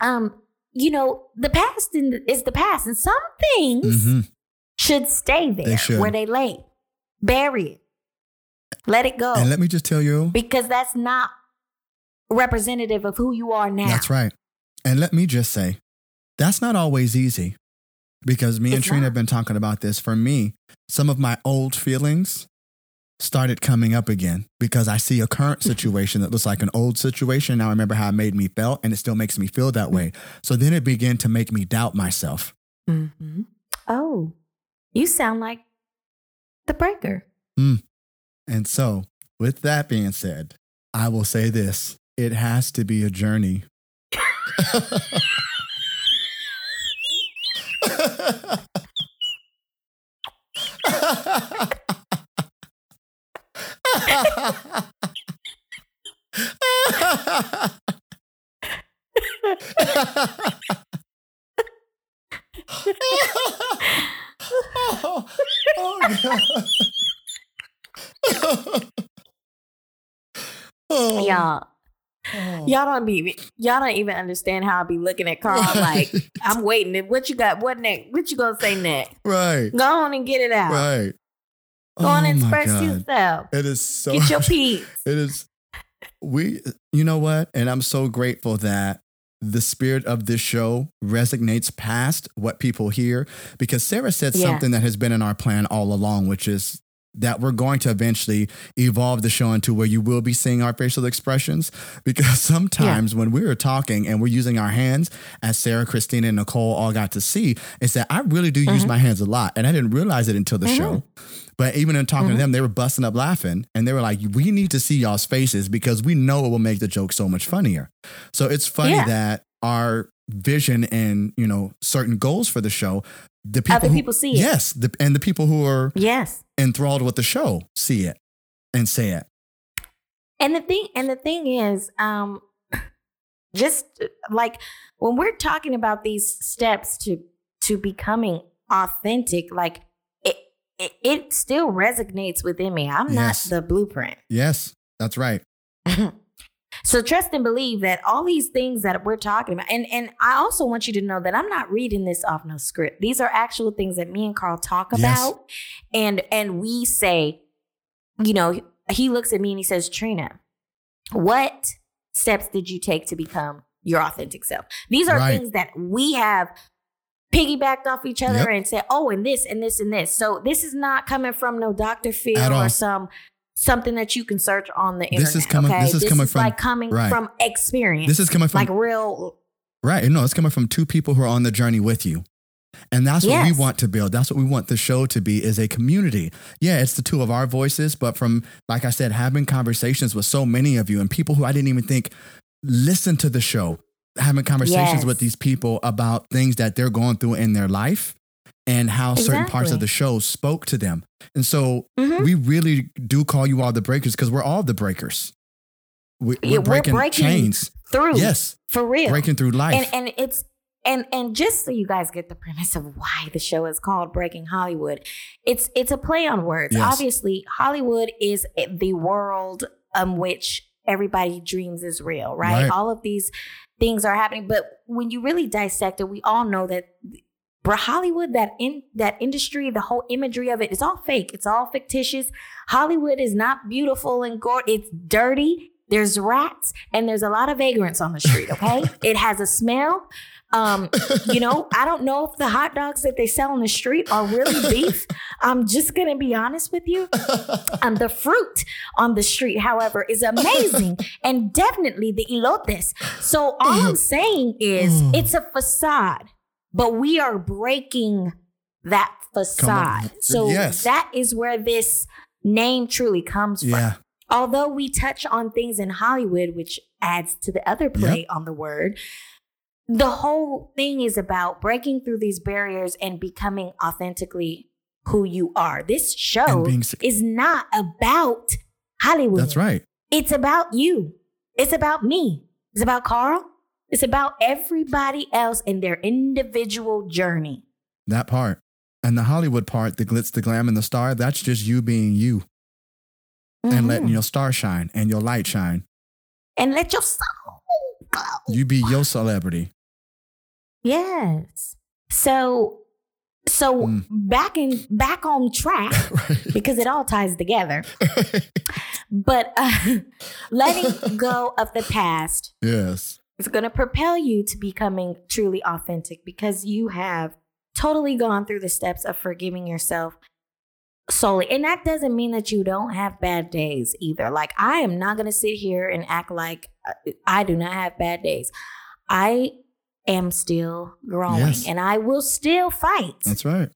Speaker 1: um you know the past in, is the past and some things
Speaker 2: Mhm.
Speaker 1: should stay there
Speaker 2: They should.
Speaker 1: where they lay bury it let it go
Speaker 2: And let me just tell you,
Speaker 1: because that's not representative of who you are now
Speaker 2: that's right. And let me just say, that's not always easy because me and
Speaker 1: It's
Speaker 2: Trina
Speaker 1: not.
Speaker 2: have been talking about this. For me, some of my old feelings started coming up again because I see a current situation that looks like an old situation. Now I remember how it made me feel, and it still makes me feel
Speaker 1: Mm-hmm.
Speaker 2: that way. So then it began to make me doubt myself.
Speaker 1: Mhm. oh you sound like the breaker
Speaker 2: And so, with that being said, I will say this it has to be a journey. oh, oh, God. oh,
Speaker 1: y'all
Speaker 2: oh.
Speaker 1: y'all don't be y'all don't even understand how i be looking at carl like i'm waiting what you got what next what you gonna say next
Speaker 2: right,
Speaker 1: go on and get it out
Speaker 2: right.
Speaker 1: Go on
Speaker 2: Oh
Speaker 1: and
Speaker 2: my
Speaker 1: express
Speaker 2: God.
Speaker 1: yourself.
Speaker 2: It is so.
Speaker 1: Get your peace.
Speaker 2: It is. We, you know what? And I'm so grateful that the spirit of this show resonates past what people hear because Sarah said
Speaker 1: Yeah.
Speaker 2: something that has been in our plan all along, which is that we're going to eventually evolve the show into where you will be seeing our facial expressions because sometimes when we were talking and we're using our hands as Sarah, Christina and Nicole all got to see is that I really do use
Speaker 1: Mhm.
Speaker 2: my hands a lot and I didn't realize it until the
Speaker 1: Mhm.
Speaker 2: show but even in talking to
Speaker 1: Mhm.
Speaker 2: them, they were busting up laughing and they were like, we need to see y'all's faces because we know it will make the joke so much funnier. So it's funny
Speaker 1: Yeah.
Speaker 2: that our vision and, you know, certain goals for the show, the people,
Speaker 1: Other
Speaker 2: who-
Speaker 1: people see it.
Speaker 2: yes, the, and the people who are
Speaker 1: Yes.
Speaker 2: enthralled with the show see it and say it.
Speaker 1: And the thing and the thing is, um, just uh, like when we're talking about these steps to to becoming authentic, like it it, it still resonates within me. I'm
Speaker 2: Yes.
Speaker 1: not the blueprint.
Speaker 2: Yes, that's right.
Speaker 1: So trust and believe that all these things that we're talking about, and and I also want you to know that I'm not reading this off no script. These are actual things that me and Carl talk
Speaker 2: Yes.
Speaker 1: about, and and we say, you know, he looks at me and he says, Trina, what steps did you take to become your authentic self? These are
Speaker 2: Right.
Speaker 1: things that we have piggybacked off each other
Speaker 2: Yep.
Speaker 1: and said, oh, and this and this and this. So this is not coming from no Dr.
Speaker 2: At
Speaker 1: Phil
Speaker 2: all.
Speaker 1: or some something that you can search on the internet.
Speaker 2: This is coming-
Speaker 1: okay?
Speaker 2: this is coming from-
Speaker 1: like coming
Speaker 2: right.
Speaker 1: from experience,
Speaker 2: This is coming from
Speaker 1: like real.
Speaker 2: Right. No, it's coming from two people who are on the journey with you. And that's what
Speaker 1: Yes.
Speaker 2: we want to build. That's what we want the show to be is a community. Yeah, it's the two of our voices, but from like I said, having conversations with so many of you and people who I didn't even think listen to the show, having conversations
Speaker 1: Yes.
Speaker 2: with these people about things that they're going through in their life and how certain parts of
Speaker 1: Exactly.
Speaker 2: the show spoke to them. And so
Speaker 1: Mhm.
Speaker 2: we really do call you all the breakers because we're all the breakers. We, we're,
Speaker 1: Yeah, we're
Speaker 2: breaking
Speaker 1: breaking
Speaker 2: chains.
Speaker 1: through,
Speaker 2: Yes,
Speaker 1: for real,
Speaker 2: breaking through life.
Speaker 1: and and it's and and just so you guys get the premise of why the show is called Breaking Hollywood, it's it's a play on words.
Speaker 2: Yes.
Speaker 1: Obviously, Hollywood is the world um which everybody dreams is real, right?
Speaker 2: Right.
Speaker 1: All of these things are happening, but when you really dissect it, we all know that bro, Hollywood, that in that industry, the whole imagery of it, it's all fake. It's all fictitious. Hollywood is not beautiful and gorgeous. It's dirty. There's rats and there's a lot of vagrants on the street. Okay, it has a smell. Um, you know, I don't know if the hot dogs that they sell on the street are really beef. I'm just gonna be honest with you. Um, the fruit on the street, however, is amazing, and definitely the elotes. So
Speaker 2: Mm.
Speaker 1: all I'm saying is, it's a facade, but we are breaking that facade. So
Speaker 2: Yes.
Speaker 1: that is where this name truly comes from.
Speaker 2: Yeah.
Speaker 1: Although we touch on things in Hollywood, which adds to the other play on the word, the whole thing is about breaking through these barriers and becoming authentically who you are. This show
Speaker 2: And being sick.
Speaker 1: is not about Hollywood.
Speaker 2: That's right.
Speaker 1: It's about you. It's about me. It's about Carl. It's about everybody else and their individual journey.
Speaker 2: That part. And the Hollywood part, the glitz, the glam, and the star, that's just you being you and letting
Speaker 1: Mhm.
Speaker 2: your star shine and your light shine.
Speaker 1: and let your soul go.
Speaker 2: You be your celebrity.
Speaker 1: Yes. So so
Speaker 2: Mm.
Speaker 1: back in back on track
Speaker 2: right.
Speaker 1: because it all ties together. But uh, letting go of the past
Speaker 2: yes.
Speaker 1: is going to propel you to becoming truly authentic because you have totally gone through the steps of forgiving yourself solely. And that doesn't mean that you don't have bad days either. Like, I am not going to sit here and act like uh, I do not have bad days. I am still growing
Speaker 2: Yes.
Speaker 1: and I will still fight
Speaker 2: That's right.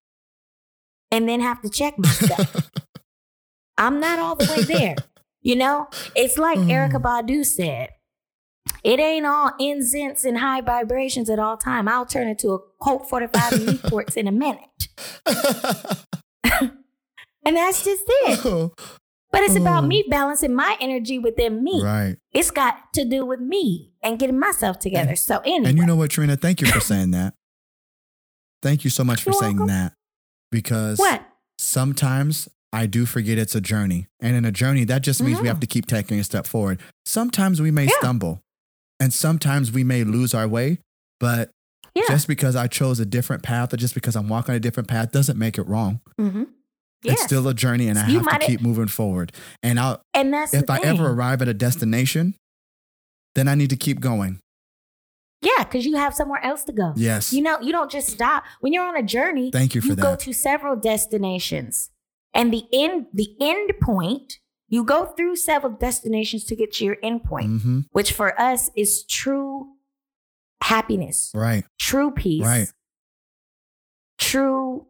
Speaker 1: and then have to check myself. I'm not all the way there. You know, it's like
Speaker 2: Mm.
Speaker 1: Erica Badu said, it ain't all incense and high vibrations at all time. I'll turn into a Colt 45 and Newports in a minute. And that's just it. But it's about
Speaker 2: Mm.
Speaker 1: me balancing my energy within me.
Speaker 2: right.
Speaker 1: It's got to do with me and getting myself together. So anyway,
Speaker 2: And you know what, Trina? Thank you for saying that. Thank you so much for
Speaker 1: You're
Speaker 2: saying
Speaker 1: welcome.
Speaker 2: that because
Speaker 1: what?
Speaker 2: sometimes I do forget it's a journey. And in a journey, that just means we have
Speaker 1: Mhm.
Speaker 2: to keep taking a step forward. Sometimes we may
Speaker 1: Yeah.
Speaker 2: stumble and sometimes we may lose our way, but
Speaker 1: Yeah.
Speaker 2: just because I chose a different path or just because I'm walking a different path doesn't make it wrong.
Speaker 1: mm-hmm. Yes.
Speaker 2: It's still a journey and I
Speaker 1: You
Speaker 2: have to
Speaker 1: might-
Speaker 2: keep moving forward. And I'll,
Speaker 1: and that's
Speaker 2: if
Speaker 1: the
Speaker 2: I
Speaker 1: thing.
Speaker 2: ever arrive at a destination, then I need to keep going.
Speaker 1: yeah, because you have somewhere else to go.
Speaker 2: Yes.
Speaker 1: You know, you don't just stop when you're on a journey.
Speaker 2: Thank you for
Speaker 1: you go
Speaker 2: that.
Speaker 1: to several destinations and the end the end point you go through several destinations to get to your end point
Speaker 2: hmm
Speaker 1: which for us is true happiness
Speaker 2: Right.
Speaker 1: true peace
Speaker 2: Right.
Speaker 1: true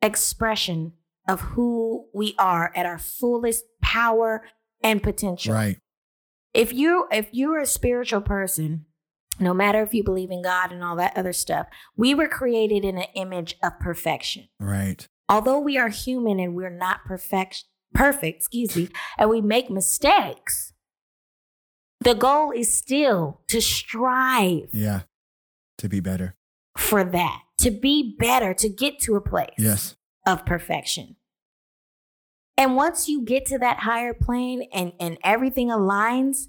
Speaker 1: expression of who we are at our fullest power and potential
Speaker 2: Right.
Speaker 1: if you if you're a spiritual person no matter if you believe in god and all that other stuff we were created in an image of perfection
Speaker 2: Right.
Speaker 1: although we are human and we're not perfect perfect excuse me and we make mistakes the goal is still to strive
Speaker 2: Yeah. To be better.
Speaker 1: for that to be better to get to a place
Speaker 2: Yes.
Speaker 1: of perfection and once you get to that higher plane and and everything aligns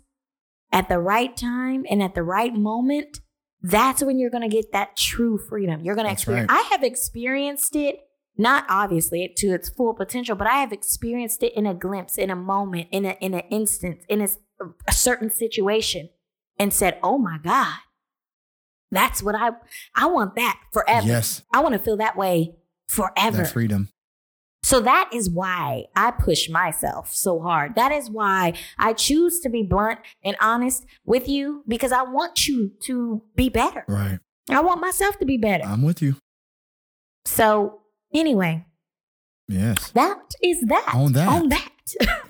Speaker 1: at the right time and at the right moment that's when you're going to get that true freedom you're going to
Speaker 2: That's
Speaker 1: experience i have experienced it not obviously to its full potential but i have experienced it in a glimpse in a moment in a in an instance in a, s- a certain situation and said oh my god that's what i i want that forever
Speaker 2: Yes.
Speaker 1: i want to feel that way forever
Speaker 2: That freedom.
Speaker 1: so that is why I push myself so hard. That is why I choose to be blunt and honest with you because I want you to be better.
Speaker 2: Right.
Speaker 1: I want myself to be better.
Speaker 2: I'm with you.
Speaker 1: So, anyway,
Speaker 2: Yes.
Speaker 1: that is that.
Speaker 2: On that.
Speaker 1: On that.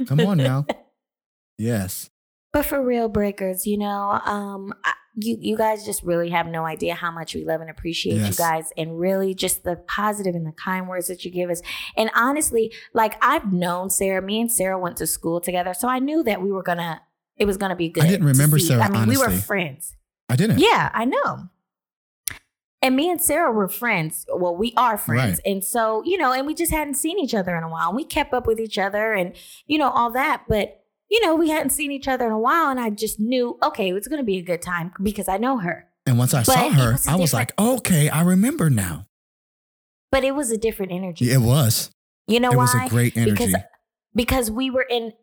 Speaker 2: Come on now. Yes.
Speaker 1: but for real breakers, you know, um I, you you guys just really have no idea how much we love and appreciate you
Speaker 2: Yes.
Speaker 1: guys and really just the positive and the kind words that you give us. And honestly, like I've known Sarah, me and Sarah went to school together, so I knew that we were going to it was going to be good.
Speaker 2: didn't
Speaker 1: to
Speaker 2: remember
Speaker 1: see.
Speaker 2: Sarah,
Speaker 1: I mean, we were
Speaker 2: honestly.
Speaker 1: friends.
Speaker 2: I didn't.
Speaker 1: Yeah, I know. And me and Sarah were friends. Well, we are friends. And so, you know, and we just hadn't seen each other in a while. And we kept up with each other and, you know, all that. But, you know, we hadn't seen each other in a while. And I just knew, okay, it's going to be a good time because I know her.
Speaker 2: And once I
Speaker 1: But
Speaker 2: saw
Speaker 1: it
Speaker 2: her,
Speaker 1: was a
Speaker 2: I was like,
Speaker 1: different-
Speaker 2: okay, I remember now.
Speaker 1: But it was a different energy.
Speaker 2: Yeah, It was.
Speaker 1: you know
Speaker 2: it
Speaker 1: why?
Speaker 2: was a great energy.
Speaker 1: Because, because we were in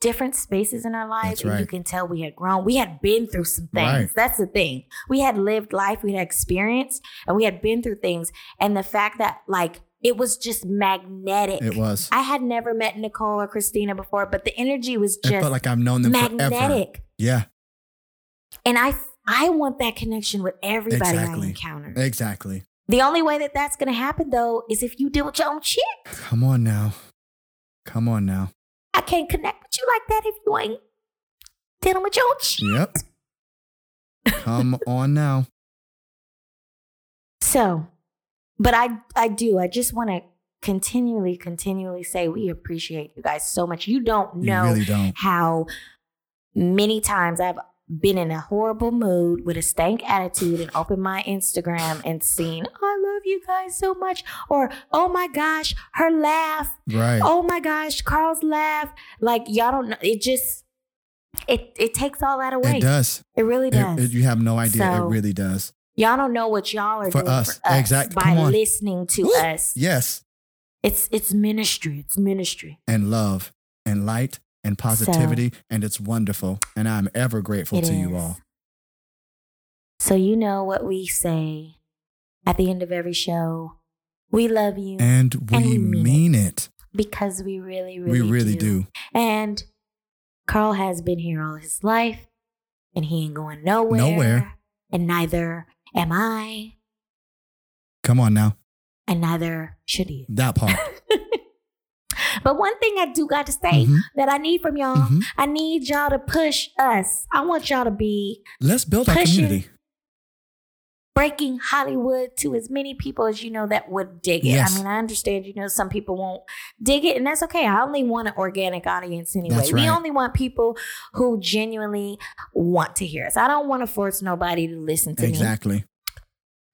Speaker 1: different spaces in our lives.
Speaker 2: That's
Speaker 1: And you
Speaker 2: right.
Speaker 1: can tell we had grown. We had been through some things.
Speaker 2: Right.
Speaker 1: That's the thing. We had lived life, we had experienced, and we had been through things. And the fact that, like, it was just magnetic.
Speaker 2: it was.
Speaker 1: I had never met Nicole or Christina before, but the energy was
Speaker 2: It
Speaker 1: just
Speaker 2: felt like I've known them forever.
Speaker 1: magnetic.
Speaker 2: Yeah,
Speaker 1: And I, I want that connection with everybody I
Speaker 2: Exactly.
Speaker 1: encounter.
Speaker 2: exactly.
Speaker 1: The only way that that's going to happen though is if you deal with your own shit.
Speaker 2: Come on now. Come on now.
Speaker 1: I can't connect with you like that if you ain't dealing with your own shit.
Speaker 2: Yep. Come on now.
Speaker 1: So, but I I do. I just want to continually continually say we appreciate you guys so much. You don't
Speaker 2: You
Speaker 1: know
Speaker 2: really don't.
Speaker 1: how many times I've been in a horrible mood with a stank attitude and opened my Instagram and seen, I love you guys so much. Or, oh my gosh, her laugh.
Speaker 2: Right.
Speaker 1: Oh my gosh, Carl's laugh. Like, y'all don't know. It just, it, it takes all that away.
Speaker 2: It
Speaker 1: It,
Speaker 2: does.
Speaker 1: really
Speaker 2: It-
Speaker 1: does.
Speaker 2: it- you have no idea.
Speaker 1: So-
Speaker 2: it really does.
Speaker 1: y'all don't know what y'all are
Speaker 2: For
Speaker 1: doing
Speaker 2: us.
Speaker 1: for us
Speaker 2: Exact-
Speaker 1: by
Speaker 2: come on.
Speaker 1: listening to
Speaker 2: Woo.
Speaker 1: us.
Speaker 2: Yes.
Speaker 1: It's, it's ministry. It's ministry.
Speaker 2: And love and light and positivity. and it's wonderful. And I'm ever grateful
Speaker 1: It
Speaker 2: to you
Speaker 1: is.
Speaker 2: all.
Speaker 1: So you know what we say at the end of every show. We love you
Speaker 2: And we,
Speaker 1: And we mean
Speaker 2: mean, it.
Speaker 1: because we really,
Speaker 2: we
Speaker 1: really,
Speaker 2: really do.
Speaker 1: And Carl has been here all his life, and he ain't going nowhere.
Speaker 2: Nowhere.
Speaker 1: And neither am I,
Speaker 2: Come on now.
Speaker 1: and neither should you.
Speaker 2: That part.
Speaker 1: But one thing I do got to say
Speaker 2: Mhm,
Speaker 1: that I need from y'all,
Speaker 2: mhm.
Speaker 1: I need y'all to push us. I want y'all to be
Speaker 2: Let's build our
Speaker 1: Pushing
Speaker 2: community.
Speaker 1: breaking Hollywood to as many people as you know that would dig it.
Speaker 2: Yes.
Speaker 1: I mean, I understand, you know, some people won't dig it, and that's okay. I only want an organic audience anyway.
Speaker 2: That's
Speaker 1: We
Speaker 2: right.
Speaker 1: only want people who genuinely want to hear us. I don't want to force nobody to listen to me
Speaker 2: Exactly.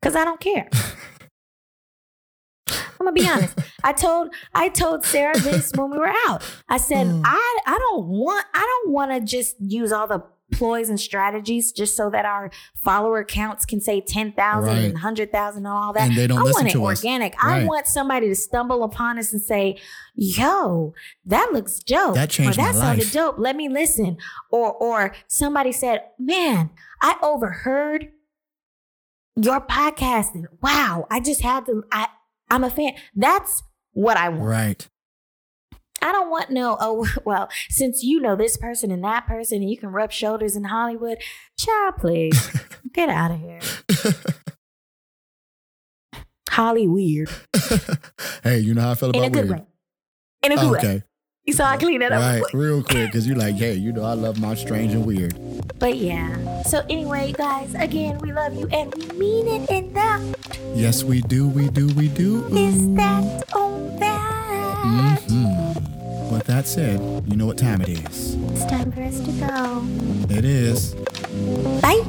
Speaker 1: because I don't care. I'm gonna be honest. I told I told Sarah this when we were out. I said
Speaker 2: Mm.
Speaker 1: I I don't want I don't want to just use all the ploys and strategies just so that our follower counts can say 10,000
Speaker 2: Right.
Speaker 1: and 100,000 and all that.
Speaker 2: And they
Speaker 1: I
Speaker 2: don't listen
Speaker 1: want it
Speaker 2: to us.
Speaker 1: organic. I
Speaker 2: Right.
Speaker 1: want somebody to stumble upon us and say, "Yo, that looks dope."
Speaker 2: That changed
Speaker 1: or
Speaker 2: my
Speaker 1: that sounded
Speaker 2: life.
Speaker 1: dope. Let me listen. Or or somebody said, "Man, I overheard your podcasting. Wow, I just had to. I I'm a fan. That's what I want.
Speaker 2: Right.
Speaker 1: I don't want no. Oh well, since you know this person and that person, and you can rub shoulders in Hollywood, child, please get out of here. Holly weird
Speaker 2: hey, you know how I feel
Speaker 1: in
Speaker 2: about
Speaker 1: a good
Speaker 2: weird. Oh,
Speaker 1: way. In a good way.
Speaker 2: okay.
Speaker 1: You saw I clean that up.
Speaker 2: Right. Real quick, because you're like, hey, you know I love my strange and weird.
Speaker 1: But yeah. So anyway, you guys, again, we love you and we mean it. And that
Speaker 2: Yes, we do, we do, we do.
Speaker 1: is that on that.
Speaker 2: Mm-hmm. With that said, you know what time it is.
Speaker 1: It's time for us to go.
Speaker 2: It is
Speaker 1: Bye.